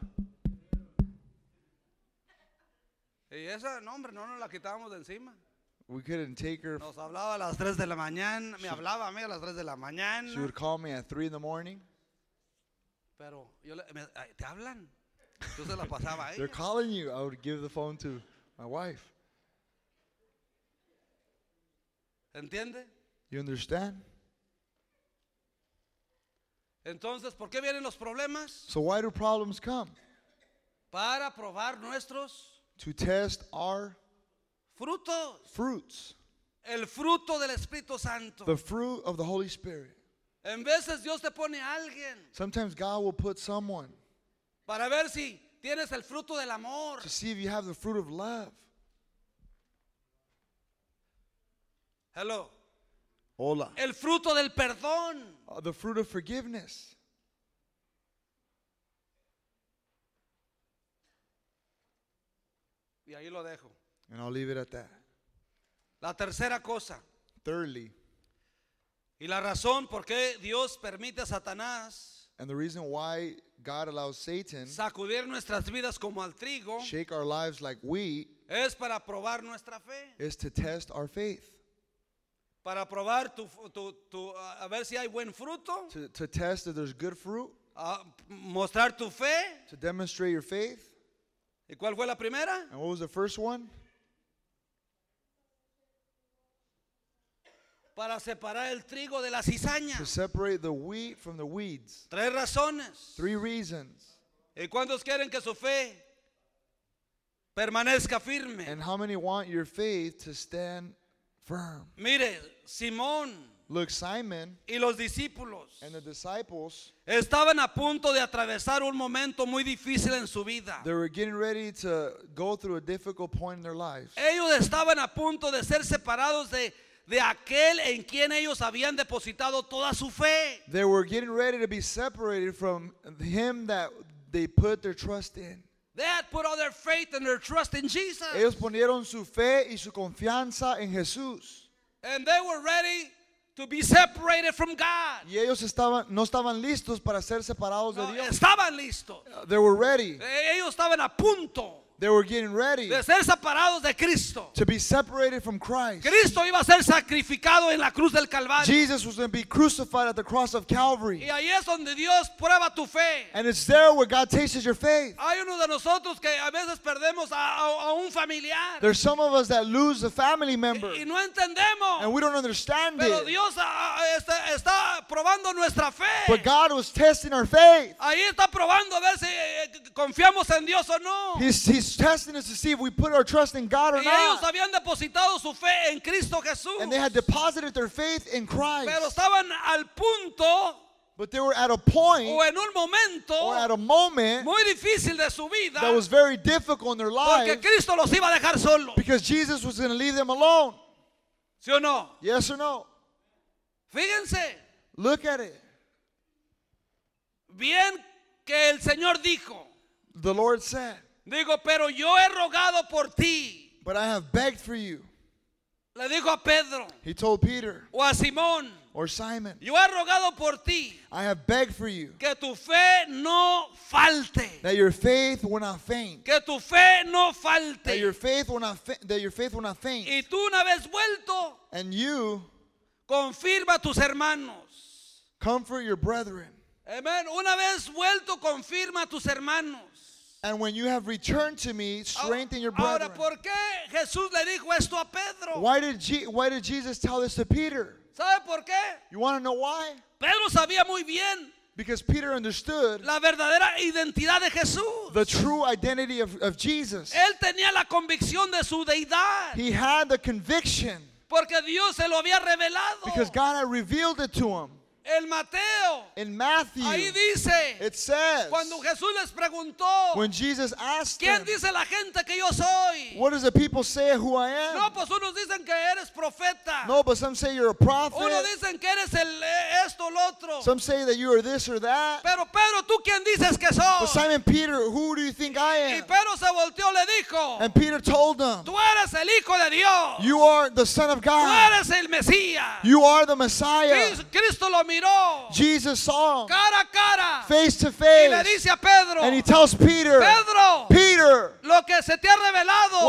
Speaker 1: Y esa, no, hombre, no nos la quitábamos de encima.
Speaker 2: We couldn't take her.
Speaker 1: Nos hablaba a las 3 de la mañana, me hablaba a mí a las 3 de la
Speaker 2: She
Speaker 1: mañana.
Speaker 2: would call me at 3 in the morning.
Speaker 1: Pero yo le- me- ay, te hablan. Yo se la pasaba ahí.
Speaker 2: They're calling you. I would give the phone to my wife.
Speaker 1: ¿Entiende?
Speaker 2: You understand?
Speaker 1: Entonces, ¿por qué vienen los problemas?
Speaker 2: So, why do problems come?
Speaker 1: Para probar nuestros
Speaker 2: To test our
Speaker 1: frutos.
Speaker 2: fruits,
Speaker 1: El fruto del Espíritu Santo.
Speaker 2: the fruit of the Holy Spirit.
Speaker 1: En veces Dios te pone a alguien
Speaker 2: Sometimes God will put someone
Speaker 1: para ver si tienes el fruto del amor.
Speaker 2: to see if you have the fruit of love.
Speaker 1: Hello.
Speaker 2: Hola.
Speaker 1: El fruto del perdón.
Speaker 2: Uh, the fruit of forgiveness.
Speaker 1: Y ahí lo dejo.
Speaker 2: And I'll leave it at that.
Speaker 1: La tercera cosa.
Speaker 2: Thirdly,
Speaker 1: Y la razón por qué Dios permite a Satanás
Speaker 2: and the reason why God allows Satan
Speaker 1: sacudir nuestras vidas como al trigo
Speaker 2: shake our lives like wheat
Speaker 1: es para probar nuestra fe,
Speaker 2: is to test our faith,
Speaker 1: para probar tu, tu- tu- a a ver si hay buen fruto,
Speaker 2: to, to test if there's good fruit,
Speaker 1: a mostrar tu fe.
Speaker 2: to demonstrate your faith.
Speaker 1: ¿Y cuál fue la primera?
Speaker 2: And what was the first one?
Speaker 1: Para separar el trigo de la cizaña.
Speaker 2: To separate the wheat from the weeds.
Speaker 1: Tres razones.
Speaker 2: Three reasons.
Speaker 1: ¿Y cuántos quieren que su fe permanezca firme?
Speaker 2: And how many want your faith to stand firm?
Speaker 1: Mire, Simón
Speaker 2: Look, Simon
Speaker 1: y los discípulos
Speaker 2: and the disciples,
Speaker 1: estaban a punto de atravesar un momento muy difícil en su vida.
Speaker 2: they were getting ready to go through a difficult point in their lives.
Speaker 1: Ellos estaban a punto de ser separados de, de aquel en quien ellos habían depositado toda su fe.
Speaker 2: They were getting ready to be separated from him that they put their trust in.
Speaker 1: They had put all their faith and their trust in Jesus.
Speaker 2: Ellos ponieron su fe y su confianza en Jesús.
Speaker 1: And they were ready to be separated from God.
Speaker 2: Y ellos estaban, no estaban listos para ser separados de
Speaker 1: No,
Speaker 2: Dios.
Speaker 1: estaban listos.
Speaker 2: They were ready.
Speaker 1: Eh, Ellos estaban a punto
Speaker 2: They were getting ready
Speaker 1: de ser separados de Cristo.
Speaker 2: to be separated from Christ.
Speaker 1: Cristo iba a ser sacrificado en la cruz del Calvario.
Speaker 2: Jesus was going to be crucified at the cross of
Speaker 1: Y
Speaker 2: Calvary.
Speaker 1: ahí es donde Dios prueba tu fe.
Speaker 2: And it's there where God tastes your faith.
Speaker 1: Hay uno de nosotros que a veces perdemos a, a- a un familiar
Speaker 2: There's some of us that lose a family member
Speaker 1: y no entendemos.
Speaker 2: and we don't understand
Speaker 1: Pero
Speaker 2: it.
Speaker 1: Dios ah, ah, está, está probando nuestra
Speaker 2: But
Speaker 1: fe.
Speaker 2: Pues God was testing our faith.
Speaker 1: Ahí está probando a ver si eh, eh, confiamos en Dios o no.
Speaker 2: He's, he's testing us to see if we put our trust in God or
Speaker 1: Y ellos
Speaker 2: not.
Speaker 1: habían depositado su fe en Cristo Jesús.
Speaker 2: And they had deposited their faith in
Speaker 1: Pero
Speaker 2: Christ.
Speaker 1: estaban al punto
Speaker 2: But they were at a point
Speaker 1: o en un
Speaker 2: or at
Speaker 1: momento
Speaker 2: a moment
Speaker 1: muy difícil de su vida
Speaker 2: that was very difficult in their
Speaker 1: porque
Speaker 2: lives
Speaker 1: Cristo los iba a dejar solos.
Speaker 2: because Jesus was going to leave them alone.
Speaker 1: ¿Sí o no?
Speaker 2: Yes or no?
Speaker 1: Fíjense,
Speaker 2: Look at it.
Speaker 1: bien que el Señor dijo,
Speaker 2: The Lord said,
Speaker 1: digo, pero yo he rogado por ti
Speaker 2: But I have begged for you
Speaker 1: le dijo a Pedro
Speaker 2: He told Peter
Speaker 1: o a Simón,
Speaker 2: or Simon,
Speaker 1: yo he rogado por ti
Speaker 2: I have begged for you
Speaker 1: que tu fe no falte,
Speaker 2: that your faith will not faint.
Speaker 1: que tu fe no
Speaker 2: That your
Speaker 1: falte.
Speaker 2: faith will not fa- that your faith will not faint.
Speaker 1: Y tú una vez vuelto,
Speaker 2: And you
Speaker 1: confirma a tus hermanos.
Speaker 2: comfort your brethren.
Speaker 1: Amén. Una vez vuelto, confirma a tus hermanos.
Speaker 2: And when you have returned to me, strengthen your
Speaker 1: Ahora,
Speaker 2: brethren.
Speaker 1: ¿por qué Jesús le dijo esto a Pedro?
Speaker 2: Why did Je- why did Jesus tell this to Peter?
Speaker 1: ¿Sabe por qué?
Speaker 2: You want to know why?
Speaker 1: Pedro sabía muy bien
Speaker 2: Because Peter understood
Speaker 1: la verdadera identidad de Jesús.
Speaker 2: the true identity of, of Jesus.
Speaker 1: Él tenía la convicción de su deidad
Speaker 2: He had the conviction
Speaker 1: porque Dios se lo había revelado.
Speaker 2: because God had revealed it to him.
Speaker 1: El Mateo,
Speaker 2: In
Speaker 1: ahí
Speaker 2: Matthew,
Speaker 1: dice,
Speaker 2: it says,
Speaker 1: cuando Jesús les preguntó,
Speaker 2: when Jesus asked them,
Speaker 1: ¿quién dice la gente que yo soy?
Speaker 2: what does the people say who I am?
Speaker 1: No, pues unos dicen que eres profeta.
Speaker 2: No, but some say you're a prophet.
Speaker 1: Unos dicen que eres el eh, esto, lo otro.
Speaker 2: Some say that you are this or that.
Speaker 1: Pero Pedro, ¿tú quién dices que
Speaker 2: But
Speaker 1: soy?
Speaker 2: Simon Peter, who do you think I
Speaker 1: Y
Speaker 2: am?
Speaker 1: Pedro se volteó, le dijo,
Speaker 2: And Peter told them,
Speaker 1: tú eres el Hijo de Dios.
Speaker 2: you are the Son of
Speaker 1: Tú
Speaker 2: God.
Speaker 1: eres el Mesías.
Speaker 2: You are the Messiah.
Speaker 1: Cris- Cristo lo miró
Speaker 2: Jesus saw him
Speaker 1: cara a cara
Speaker 2: face to
Speaker 1: y le
Speaker 2: face.
Speaker 1: dice a Pedro,
Speaker 2: And he tells Peter,
Speaker 1: Pedro,
Speaker 2: Peter,
Speaker 1: lo que se te ha
Speaker 2: what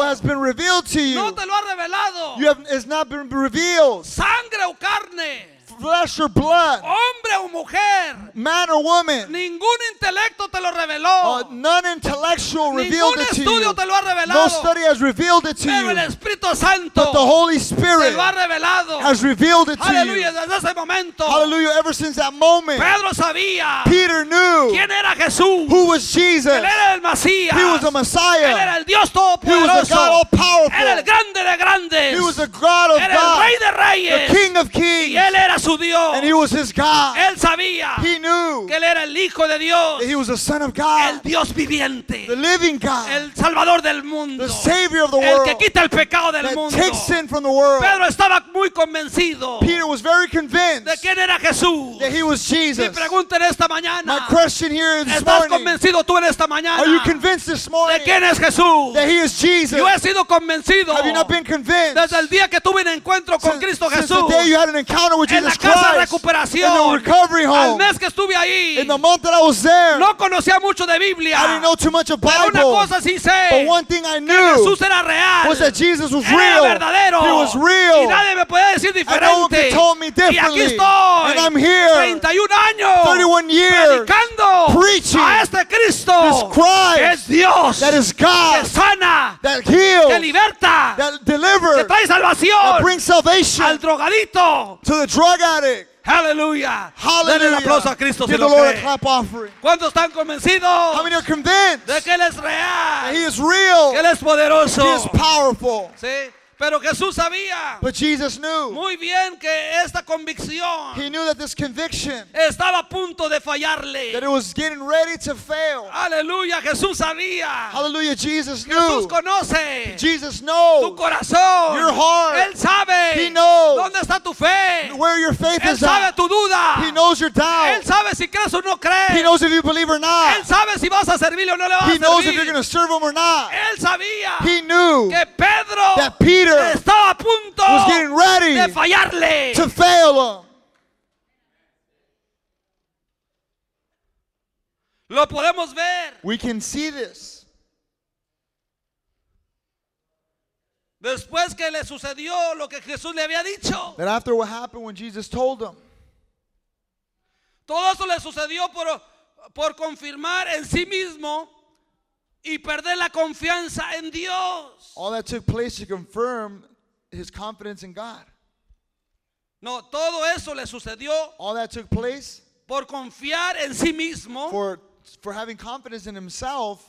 Speaker 1: revelado,
Speaker 2: has been revealed to
Speaker 1: no
Speaker 2: you,
Speaker 1: te lo ha revelado
Speaker 2: you have it's not been revealed.
Speaker 1: sangre o carne,
Speaker 2: Flesh or
Speaker 1: Oh.
Speaker 2: blood,
Speaker 1: hombre o mujer,
Speaker 2: man or woman,
Speaker 1: ningún intelecto te lo
Speaker 2: uh,
Speaker 1: reveló,
Speaker 2: none intellectual revealed
Speaker 1: ningún
Speaker 2: it to you.
Speaker 1: estudio te lo ha
Speaker 2: No
Speaker 1: revelado,
Speaker 2: study has revealed it to
Speaker 1: pero
Speaker 2: you,
Speaker 1: el Espíritu
Speaker 2: but the
Speaker 1: Santo
Speaker 2: Holy
Speaker 1: te
Speaker 2: Spirit
Speaker 1: lo ha revelado.
Speaker 2: has revealed it to
Speaker 1: Aleluya,
Speaker 2: you.
Speaker 1: desde ese momento
Speaker 2: Hallelujah. Ever since that moment,
Speaker 1: Pedro sabía
Speaker 2: Peter knew
Speaker 1: quién era Jesús.
Speaker 2: who was Jesus.
Speaker 1: Él era el
Speaker 2: He was
Speaker 1: Mesías.
Speaker 2: the
Speaker 1: Él
Speaker 2: Messiah.
Speaker 1: era el Dios
Speaker 2: He was the God
Speaker 1: Todopoderoso.
Speaker 2: all
Speaker 1: Era
Speaker 2: powerful.
Speaker 1: el grande de grandes.
Speaker 2: He was the God of
Speaker 1: Era el
Speaker 2: God,
Speaker 1: rey de
Speaker 2: the
Speaker 1: reyes.
Speaker 2: King of
Speaker 1: Y
Speaker 2: kings,
Speaker 1: él era su Dios.
Speaker 2: and He was His God.
Speaker 1: Él sabía
Speaker 2: He knew
Speaker 1: que él era el Hijo de Dios.
Speaker 2: that He was the Son of
Speaker 1: El
Speaker 2: God,
Speaker 1: Dios viviente.
Speaker 2: the living God,
Speaker 1: El Salvador del mundo.
Speaker 2: the Savior of the
Speaker 1: El
Speaker 2: world,
Speaker 1: que quita el pecado del
Speaker 2: that
Speaker 1: mundo.
Speaker 2: takes sin from the world.
Speaker 1: Pedro estaba muy convencido de
Speaker 2: Peter was very convinced
Speaker 1: quién era Jesús.
Speaker 2: that He was
Speaker 1: Mi
Speaker 2: Jesus.
Speaker 1: pregunta en esta
Speaker 2: My
Speaker 1: mañana.
Speaker 2: question here this
Speaker 1: ¿Estás
Speaker 2: morning
Speaker 1: convencido tú en esta mañana?
Speaker 2: are you convinced this
Speaker 1: ¿De
Speaker 2: morning
Speaker 1: quién es Jesús?
Speaker 2: that He is Jesus?
Speaker 1: Yo he sido convencido
Speaker 2: Have you not been convinced?
Speaker 1: desde el día que tuve un encuentro con
Speaker 2: Since,
Speaker 1: Cristo
Speaker 2: since
Speaker 1: Jesús
Speaker 2: the day you had an encounter with
Speaker 1: en la
Speaker 2: Jesus
Speaker 1: casa de
Speaker 2: Christ, in the
Speaker 1: recuperación,
Speaker 2: recovery
Speaker 1: al
Speaker 2: home,
Speaker 1: mes que estuve ahí,
Speaker 2: in the month that I was there,
Speaker 1: no conocía mucho de Biblia.
Speaker 2: I didn't know too much of
Speaker 1: Pero una
Speaker 2: Bible.
Speaker 1: cosa sí
Speaker 2: But
Speaker 1: sé,
Speaker 2: one thing I knew
Speaker 1: Jesús era real,
Speaker 2: was that Jesus was
Speaker 1: Él era
Speaker 2: real.
Speaker 1: verdadero,
Speaker 2: He was
Speaker 1: y
Speaker 2: real.
Speaker 1: nadie me podía decir
Speaker 2: And no one
Speaker 1: diferente.
Speaker 2: could tell me
Speaker 1: y aquí
Speaker 2: differently.
Speaker 1: estoy,
Speaker 2: And I'm here,
Speaker 1: 31 años,
Speaker 2: 31 years,
Speaker 1: predicando
Speaker 2: preaching
Speaker 1: a este Cristo
Speaker 2: this Christ
Speaker 1: que es Dios,
Speaker 2: that is
Speaker 1: que
Speaker 2: God,
Speaker 1: sana,
Speaker 2: that
Speaker 1: que
Speaker 2: heals,
Speaker 1: liberta,
Speaker 2: that
Speaker 1: que
Speaker 2: delivers,
Speaker 1: trae
Speaker 2: that
Speaker 1: salvación
Speaker 2: brings
Speaker 1: al
Speaker 2: salvation
Speaker 1: drogadito.
Speaker 2: to the drug addict.
Speaker 1: Aleluya. Denle el
Speaker 2: Hallelujah.
Speaker 1: aplauso a Cristo si
Speaker 2: Give
Speaker 1: lo
Speaker 2: the Lord a
Speaker 1: cree.
Speaker 2: clap offering.
Speaker 1: ¿Cuántos están
Speaker 2: How
Speaker 1: convencidos
Speaker 2: many are convinced
Speaker 1: de que Él es
Speaker 2: that
Speaker 1: real?
Speaker 2: He is real?
Speaker 1: Que Él es
Speaker 2: He is
Speaker 1: poderoso.
Speaker 2: powerful.
Speaker 1: Sí, pero Jesús sabía
Speaker 2: But Jesus knew.
Speaker 1: muy bien que esta convicción
Speaker 2: He knew that this conviction,
Speaker 1: estaba a punto de
Speaker 2: that
Speaker 1: fallarle.
Speaker 2: it was getting ready to fail.
Speaker 1: Aleluya, Jesús sabía.
Speaker 2: Hallelujah. Jesus
Speaker 1: Ah. Jesús
Speaker 2: knew.
Speaker 1: conoce
Speaker 2: Jesus
Speaker 1: tu
Speaker 2: knows
Speaker 1: corazón.
Speaker 2: Your heart.
Speaker 1: Él sabe
Speaker 2: He knows.
Speaker 1: dónde está tu fe.
Speaker 2: where your faith
Speaker 1: Él
Speaker 2: is
Speaker 1: sabe
Speaker 2: at.
Speaker 1: tu duda.
Speaker 2: He knows your doubt.
Speaker 1: Él sabe si crees o no crees.
Speaker 2: He knows if you believe or
Speaker 1: Él
Speaker 2: not.
Speaker 1: sabe si vas a servirle o no le vas
Speaker 2: He
Speaker 1: a
Speaker 2: knows if you're
Speaker 1: servir.
Speaker 2: going to serve him or not.
Speaker 1: Él sabía
Speaker 2: He knew
Speaker 1: que Pedro
Speaker 2: that Peter
Speaker 1: estaba a punto
Speaker 2: was getting
Speaker 1: de
Speaker 2: ready
Speaker 1: fallarle.
Speaker 2: to fail him.
Speaker 1: Lo podemos ver
Speaker 2: We can see this.
Speaker 1: después que le sucedió lo que Jesús le había dicho.
Speaker 2: That after what happened when Jesus told him,
Speaker 1: Todo eso le sucedió por, por confirmar en sí mismo y perder la confianza en Dios.
Speaker 2: all that took place to confirm his confidence in God.
Speaker 1: No, todo eso le sucedió
Speaker 2: All that took place
Speaker 1: por confiar en sí mismo
Speaker 2: for for having confidence in himself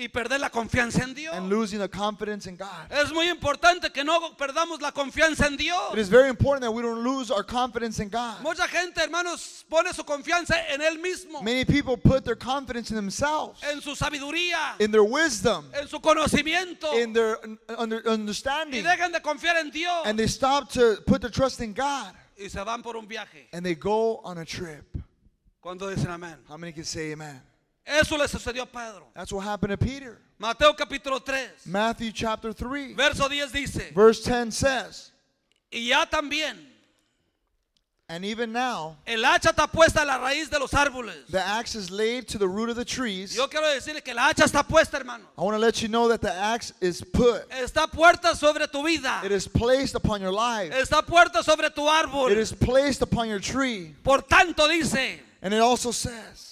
Speaker 1: y perder la confianza en Dios.
Speaker 2: and losing the confidence in God.
Speaker 1: Es muy importante que no perdamos la confianza en Dios.
Speaker 2: It is very important that we don't lose our confidence in God.
Speaker 1: Mucha gente, hermanos, pone su confianza en él mismo,
Speaker 2: Many people put their confidence in themselves,
Speaker 1: en su sabiduría,
Speaker 2: in their wisdom,
Speaker 1: en su conocimiento,
Speaker 2: in
Speaker 1: y
Speaker 2: their un- under, understanding,
Speaker 1: dejan de confiar en Dios
Speaker 2: and they stop to put their trust in God
Speaker 1: y se van por un viaje.
Speaker 2: and they go on a trip.
Speaker 1: Cuando dicen amén.
Speaker 2: How many can say amen?
Speaker 1: Eso le sucedió a Pedro.
Speaker 2: That's what happened to Peter.
Speaker 1: Mateo capítulo 3,
Speaker 2: Matthew chapter 3,
Speaker 1: verso 10 dice,
Speaker 2: verse 10 says,
Speaker 1: Y ya también,
Speaker 2: And even now,
Speaker 1: el hacha está puesta a la raíz de los árboles.
Speaker 2: the axe is laid to the root of the trees.
Speaker 1: Yo quiero decirle que el hacha está puesta, hermano.
Speaker 2: I want to let you know that the axe is put.
Speaker 1: Está puesta sobre tu vida.
Speaker 2: It is placed upon your life.
Speaker 1: Está puesta sobre tu
Speaker 2: It
Speaker 1: árbol.
Speaker 2: is placed upon your tree.
Speaker 1: Por tanto, dice,
Speaker 2: And it also says,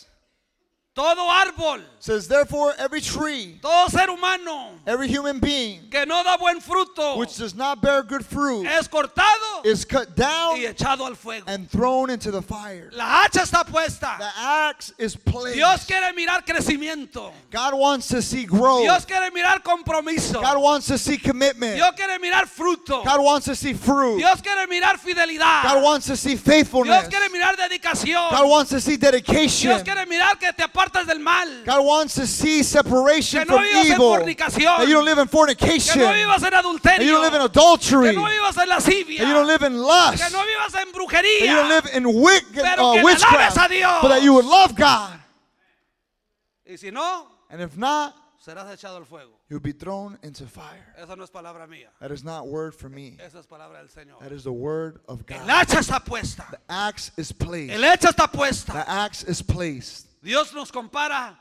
Speaker 1: todo árbol,
Speaker 2: says, therefore every tree,
Speaker 1: todo ser humano
Speaker 2: every human being
Speaker 1: que no da buen fruto
Speaker 2: which does not bear good fruit
Speaker 1: es cortado
Speaker 2: is cut down
Speaker 1: y echado al fuego.
Speaker 2: and thrown into the fire.
Speaker 1: La hacha está
Speaker 2: The
Speaker 1: puesta.
Speaker 2: axe is
Speaker 1: Dios
Speaker 2: placed.
Speaker 1: quiere mirar crecimiento.
Speaker 2: God wants to see growth.
Speaker 1: Dios quiere mirar compromiso.
Speaker 2: Oh. God wants to see commitment.
Speaker 1: Dios quiere mirar fruto.
Speaker 2: God wants to see fruit.
Speaker 1: Dios quiere mirar
Speaker 2: God
Speaker 1: fidelidad.
Speaker 2: wants to see
Speaker 1: Dios
Speaker 2: faithfulness.
Speaker 1: quiere mirar dedicación.
Speaker 2: God wants to see
Speaker 1: Dios
Speaker 2: dedication.
Speaker 1: quiere mirar que te apartas del mal.
Speaker 2: God wants to see separation
Speaker 1: Que no
Speaker 2: from
Speaker 1: vivas en
Speaker 2: evil.
Speaker 1: fornicación.
Speaker 2: That you don't live in
Speaker 1: Que no
Speaker 2: fornication.
Speaker 1: vivas
Speaker 2: That you
Speaker 1: en
Speaker 2: don't
Speaker 1: adulterio.
Speaker 2: live in adultery.
Speaker 1: Que no
Speaker 2: That
Speaker 1: vivas en lascivia.
Speaker 2: you don't live in lust.
Speaker 1: Que no
Speaker 2: That
Speaker 1: vivas en
Speaker 2: you don't
Speaker 1: brujería.
Speaker 2: live in wick,
Speaker 1: Pero
Speaker 2: uh,
Speaker 1: que le
Speaker 2: witchcraft.
Speaker 1: alabes a Dios.
Speaker 2: But that you would love God.
Speaker 1: Y si no,
Speaker 2: And if not,
Speaker 1: serás echado al fuego.
Speaker 2: you'll be thrown into fire.
Speaker 1: Esa no es palabra mía.
Speaker 2: That is not word for me.
Speaker 1: Esa es palabra del Señor.
Speaker 2: That is the word of
Speaker 1: El
Speaker 2: God.
Speaker 1: hacha está puesta.
Speaker 2: The axe is placed.
Speaker 1: El hacha está puesta.
Speaker 2: The axe is placed.
Speaker 1: Dios nos compara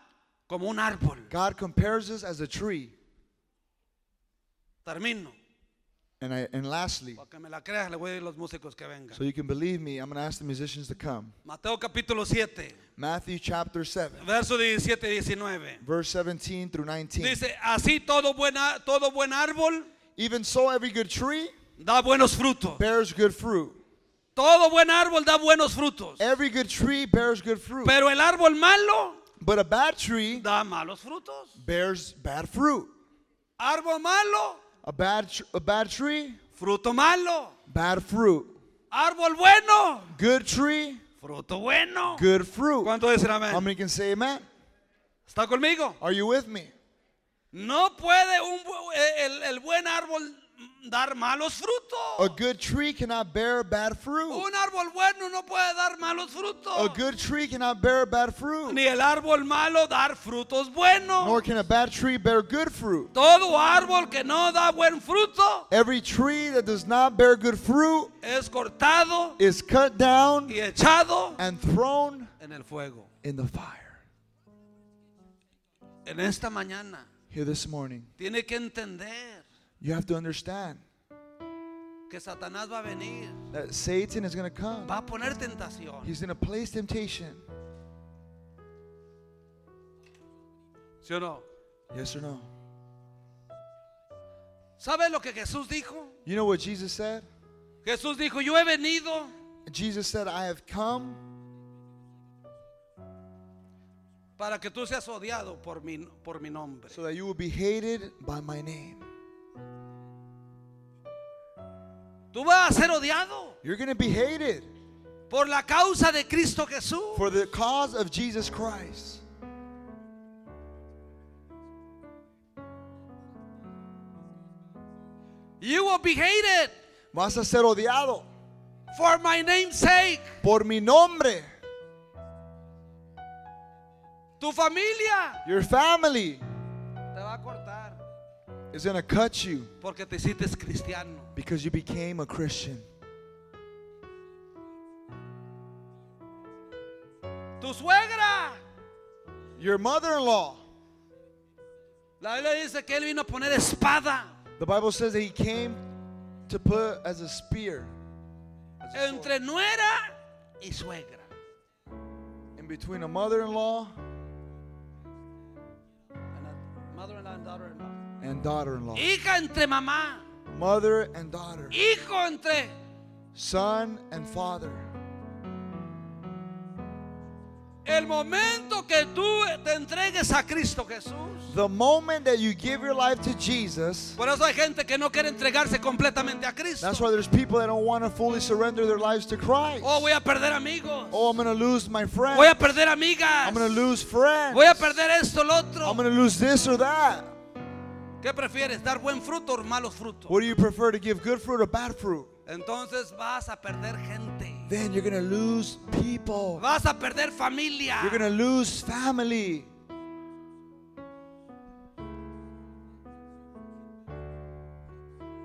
Speaker 1: como un árbol.
Speaker 2: God compares us as a tree.
Speaker 1: Termino.
Speaker 2: And I and lastly,
Speaker 1: Para que me la creas, le voy a decir a los músicos que vengan.
Speaker 2: so you can believe me, I'm going to ask the musicians to come.
Speaker 1: Mateo capítulo 7,
Speaker 2: Matthew chapter 7,
Speaker 1: verso 17 y 19.
Speaker 2: verse 17 through 19.
Speaker 1: Dice, así todo buen, á- todo buen árbol
Speaker 2: Even so, every good tree
Speaker 1: da buenos frutos.
Speaker 2: bears good fruit.
Speaker 1: Todo buen árbol da buenos frutos.
Speaker 2: Every good tree bears good fruit.
Speaker 1: Pero el árbol malo
Speaker 2: But a bad tree
Speaker 1: da malos frutos.
Speaker 2: bears bad fruit.
Speaker 1: Árbol malo,
Speaker 2: A bad tr- a bad tree,
Speaker 1: fruto malo.
Speaker 2: bad fruit.
Speaker 1: Árbol bueno,
Speaker 2: Good tree,
Speaker 1: fruto bueno.
Speaker 2: good fruit.
Speaker 1: ¿Cuánto dicen
Speaker 2: How
Speaker 1: amén?
Speaker 2: many can say amen?
Speaker 1: ¿Está conmigo?
Speaker 2: Are you with me?
Speaker 1: No puede un, bu- eh, el, el buen árbol dar malos
Speaker 2: A
Speaker 1: frutos.
Speaker 2: good tree cannot bear bad fruit.
Speaker 1: Un árbol bueno no puede dar malos
Speaker 2: A
Speaker 1: frutos.
Speaker 2: good tree cannot bear bad fruit.
Speaker 1: Ni el árbol malo dar frutos buenos.
Speaker 2: Nor can a bad tree bear good fruit.
Speaker 1: Todo árbol que no da buen fruto
Speaker 2: Every tree that does not bear good fruit
Speaker 1: es cortado
Speaker 2: is cut down
Speaker 1: y echado
Speaker 2: and thrown
Speaker 1: en el fuego.
Speaker 2: in the fire.
Speaker 1: En esta mañana
Speaker 2: Here this morning,
Speaker 1: tiene que entender
Speaker 2: you have to understand
Speaker 1: que Satanás va a venir,
Speaker 2: that Satan is going to come.
Speaker 1: va a poner tentación.
Speaker 2: He's going to place temptation.
Speaker 1: ¿Sí o no?
Speaker 2: Yes or no?
Speaker 1: ¿Sabes lo que Jesús dijo?
Speaker 2: You know what Jesus said?
Speaker 1: Jesús dijo, yo he venido
Speaker 2: Jesus said, I have come
Speaker 1: para que tú seas odiado por mi, por mi nombre.
Speaker 2: so that you will be hated by my name.
Speaker 1: Tú vas a ser odiado
Speaker 2: You're going to be hated
Speaker 1: por la causa de Cristo Jesús.
Speaker 2: for the cause of Jesus Christ.
Speaker 1: You will be hated
Speaker 2: Vas a ser odiado
Speaker 1: for my name's sake.
Speaker 2: por mi nombre.
Speaker 1: Tu familia
Speaker 2: Your family
Speaker 1: te va a cortar
Speaker 2: is going to cut you
Speaker 1: porque te hiciste cristiano.
Speaker 2: because you became a Christian.
Speaker 1: Tu suegra,
Speaker 2: Your mother in law,
Speaker 1: la Biblia dice que él vino a poner espada
Speaker 2: the Bible says that he came to put as a spear
Speaker 1: entre nuera y suegra.
Speaker 2: in between a mother in law and daughter in law.
Speaker 1: Hija entre mamá,
Speaker 2: Mother and daughter,
Speaker 1: hijo entre.
Speaker 2: son and father.
Speaker 1: El momento que tú te entregues a Cristo Jesús.
Speaker 2: The moment that you give your life to Jesus,
Speaker 1: Por eso hay gente que no quiere entregarse completamente a Cristo.
Speaker 2: that's why there's people that don't want to fully surrender their lives to Christ.
Speaker 1: Oh, voy a perder amigos.
Speaker 2: Oh, I'm going to lose my friend.
Speaker 1: Voy a perder amigas.
Speaker 2: I'm going to lose friends.
Speaker 1: Voy a perder esto, lo otro.
Speaker 2: I'm going to lose this or that.
Speaker 1: ¿Qué prefieres? ¿Dar buen fruto o malos frutos?
Speaker 2: What do you prefer to give good fruit or bad fruit?
Speaker 1: Entonces vas a perder gente.
Speaker 2: Then you're going to lose people.
Speaker 1: Vas a perder familia.
Speaker 2: You're going to lose family.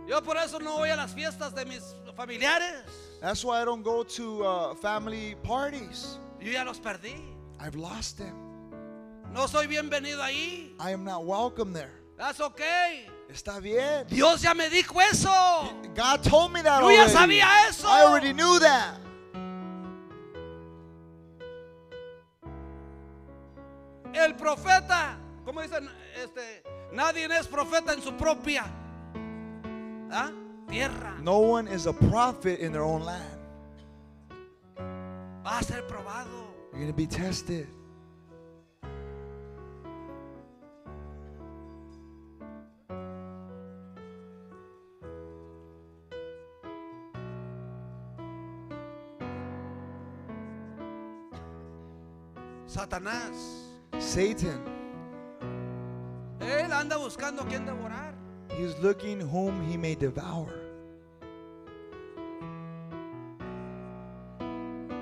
Speaker 1: Yo por eso no voy a las fiestas de mis familiares.
Speaker 2: That's why I don't go to uh, family parties.
Speaker 1: Yo ya los perdí.
Speaker 2: I've lost them.
Speaker 1: No soy bienvenido ahí.
Speaker 2: I am not welcome there.
Speaker 1: That's ok.
Speaker 2: Está bien.
Speaker 1: Dios ya me dijo eso.
Speaker 2: God told me that
Speaker 1: Yo ya
Speaker 2: already.
Speaker 1: sabía eso.
Speaker 2: I already knew that.
Speaker 1: El profeta, ¿cómo dicen? Este, nadie es profeta en su propia ¿ah? tierra.
Speaker 2: No one is a prophet in their own land.
Speaker 1: Va a ser probado.
Speaker 2: You're going to be tested.
Speaker 1: Satanás,
Speaker 2: Satan,
Speaker 1: él anda buscando quien devorar.
Speaker 2: he's looking whom he may devour.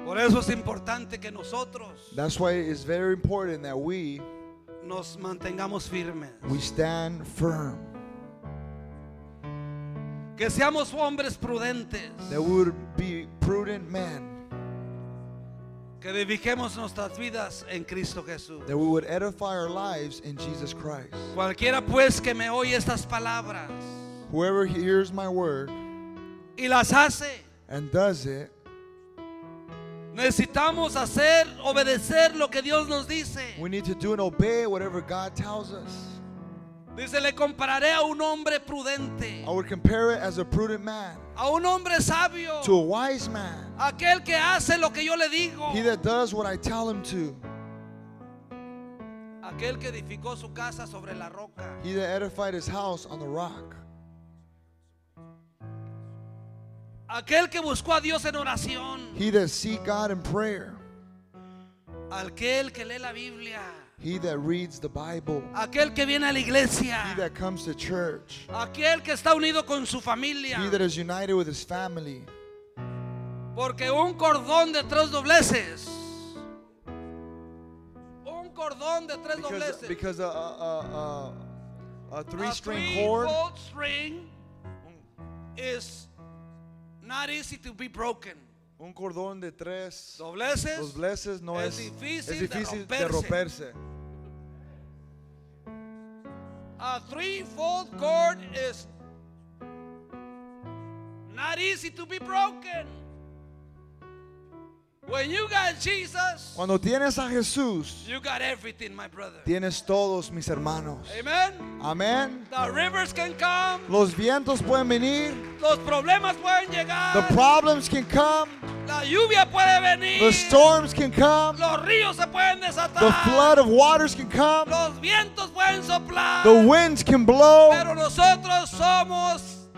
Speaker 1: Por eso es importante que nosotros
Speaker 2: That's why it's very important that we
Speaker 1: nos mantengamos firmes.
Speaker 2: we stand firm.
Speaker 1: Que seamos hombres prudentes.
Speaker 2: That we would be prudent men.
Speaker 1: Que dediquemos nuestras vidas en Cristo Jesús.
Speaker 2: That we would edify our lives in Jesus Christ.
Speaker 1: Cualquiera pues que me oye estas palabras
Speaker 2: Whoever hears my word
Speaker 1: y las hace,
Speaker 2: and does it,
Speaker 1: necesitamos hacer, obedecer lo que Dios nos dice.
Speaker 2: we need to do and obey whatever God tells us.
Speaker 1: Dice, le compararé a un hombre prudente,
Speaker 2: I would compare it as a prudent man
Speaker 1: a un hombre sabio,
Speaker 2: to a wise man.
Speaker 1: aquel que hace lo que yo le digo,
Speaker 2: He that does what I tell him to,
Speaker 1: aquel que edificó su casa sobre la roca.
Speaker 2: he that edified his house on the rock,
Speaker 1: Aquel que buscó a Dios en oración.
Speaker 2: he that seek God in prayer,
Speaker 1: Aquel que lee la Biblia.
Speaker 2: he that reads the Bible,
Speaker 1: Aquel que viene a la
Speaker 2: he
Speaker 1: iglesia.
Speaker 2: that comes to church,
Speaker 1: Aquel que está unido con su familia.
Speaker 2: he that is united with his family.
Speaker 1: Porque un cordón de tres dobleces. Un cordón de tres
Speaker 2: Because,
Speaker 1: dobleces.
Speaker 2: because a, a, a, a, a three
Speaker 1: A
Speaker 2: string
Speaker 1: three-fold
Speaker 2: cord
Speaker 1: string is not easy to be broken.
Speaker 2: Un cordón de tres
Speaker 1: Dobleces.
Speaker 2: dobleces no
Speaker 1: es
Speaker 2: es,
Speaker 1: difícil
Speaker 2: es
Speaker 1: de
Speaker 2: difícil de
Speaker 1: romperse.
Speaker 2: romperse.
Speaker 1: A three-fold cord is not easy to be broken. When you got Jesus,
Speaker 2: Cuando tienes a Jesús,
Speaker 1: you got everything, my brother.
Speaker 2: tienes todos mis hermanos.
Speaker 1: Amen.
Speaker 2: Amén.
Speaker 1: The rivers can come,
Speaker 2: Los vientos pueden venir,
Speaker 1: los problemas pueden llegar,
Speaker 2: the problems can come,
Speaker 1: la lluvia puede
Speaker 2: the
Speaker 1: venir,
Speaker 2: storms can come,
Speaker 1: los ríos se pueden desatar,
Speaker 2: the flood of waters can come,
Speaker 1: los vientos pueden soplar,
Speaker 2: the winds can blow,
Speaker 1: pero nosotros somos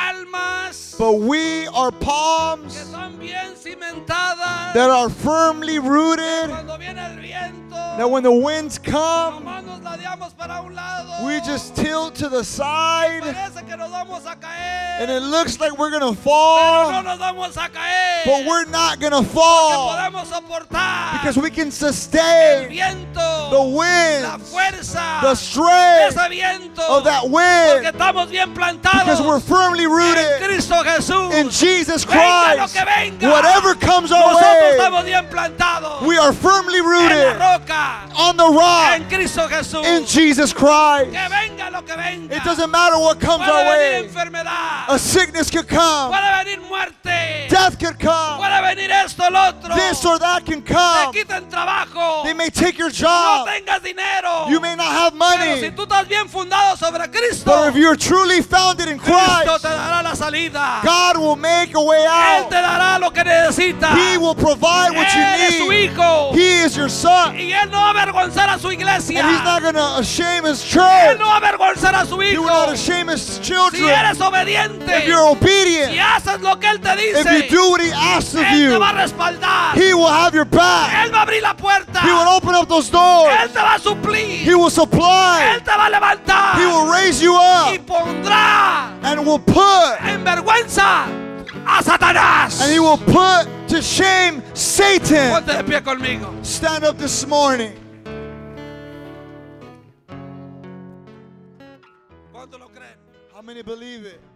Speaker 1: palmas
Speaker 2: but we are
Speaker 1: que
Speaker 2: palms
Speaker 1: son bien cimentadas.
Speaker 2: that are firmly rooted.
Speaker 1: Cuando viene el viento,
Speaker 2: That when the winds come,
Speaker 1: nomás nos ladeamos para un lado.
Speaker 2: we just tilt to the side
Speaker 1: Parece que nos vamos a caer.
Speaker 2: and it looks like we're gonna
Speaker 1: pero no
Speaker 2: fall,
Speaker 1: nos vamos a caer.
Speaker 2: but we're not gonna
Speaker 1: Que
Speaker 2: fall
Speaker 1: podemos soportar
Speaker 2: because we can
Speaker 1: el
Speaker 2: sustain
Speaker 1: viento,
Speaker 2: the
Speaker 1: la
Speaker 2: winds,
Speaker 1: fuerza,
Speaker 2: the strength
Speaker 1: ese viento.
Speaker 2: of that
Speaker 1: porque
Speaker 2: wind
Speaker 1: estamos bien plantados
Speaker 2: because we're firmly
Speaker 1: en
Speaker 2: rooted
Speaker 1: Cristo Jesús.
Speaker 2: in Jesus
Speaker 1: Venga lo
Speaker 2: Christ.
Speaker 1: que venga.
Speaker 2: Whatever comes our
Speaker 1: Nosotros
Speaker 2: way,
Speaker 1: estamos bien plantados
Speaker 2: we are firmly
Speaker 1: en
Speaker 2: rooted
Speaker 1: la roca,
Speaker 2: on the
Speaker 1: en
Speaker 2: rock
Speaker 1: Cristo Jesús.
Speaker 2: in Jesus Christ.
Speaker 1: que venga lo que venga.
Speaker 2: It doesn't matter what comes our
Speaker 1: Puede venir
Speaker 2: way,
Speaker 1: enfermedad.
Speaker 2: a sickness could come,
Speaker 1: Puede venir muerte.
Speaker 2: death could come,
Speaker 1: Puede venir esto, lo otro.
Speaker 2: this or that can
Speaker 1: Te
Speaker 2: come.
Speaker 1: quitan trabajo.
Speaker 2: They may take your
Speaker 1: No
Speaker 2: job.
Speaker 1: tengas dinero.
Speaker 2: You may not have
Speaker 1: Pero si
Speaker 2: money.
Speaker 1: tú estás bien fundado sobre Cristo,
Speaker 2: But if you're truly founded in
Speaker 1: Cristo
Speaker 2: Christ,
Speaker 1: te dará la salida.
Speaker 2: God will make a way
Speaker 1: Él te
Speaker 2: out.
Speaker 1: dará lo que necesitas.
Speaker 2: He will provide what
Speaker 1: Él es
Speaker 2: you
Speaker 1: su
Speaker 2: need.
Speaker 1: hijo.
Speaker 2: He is your son.
Speaker 1: Y Él no va a avergonzar a su iglesia.
Speaker 2: And he's not going to shame his
Speaker 1: Él
Speaker 2: church.
Speaker 1: no va a avergonzar a su
Speaker 2: He
Speaker 1: hijo.
Speaker 2: will not shame his
Speaker 1: Si
Speaker 2: children.
Speaker 1: eres obediente,
Speaker 2: If you're
Speaker 1: si
Speaker 2: obedient,
Speaker 1: haces lo que Él te dice,
Speaker 2: if you do what he asks of
Speaker 1: Él te
Speaker 2: you,
Speaker 1: va a respaldar.
Speaker 2: he will have your back.
Speaker 1: Él va a abrir la puerta.
Speaker 2: He will open up those doors.
Speaker 1: Él te va a suplir.
Speaker 2: He will supply.
Speaker 1: Él te va a levantar.
Speaker 2: He will raise you
Speaker 1: y
Speaker 2: up
Speaker 1: pondrá
Speaker 2: and will put
Speaker 1: en vergüenza a Satanás.
Speaker 2: and he will put to shame Satan.
Speaker 1: Ponte de pie conmigo.
Speaker 2: Stand up this morning.
Speaker 1: ¿Cuánto lo creen?
Speaker 2: How many believe it?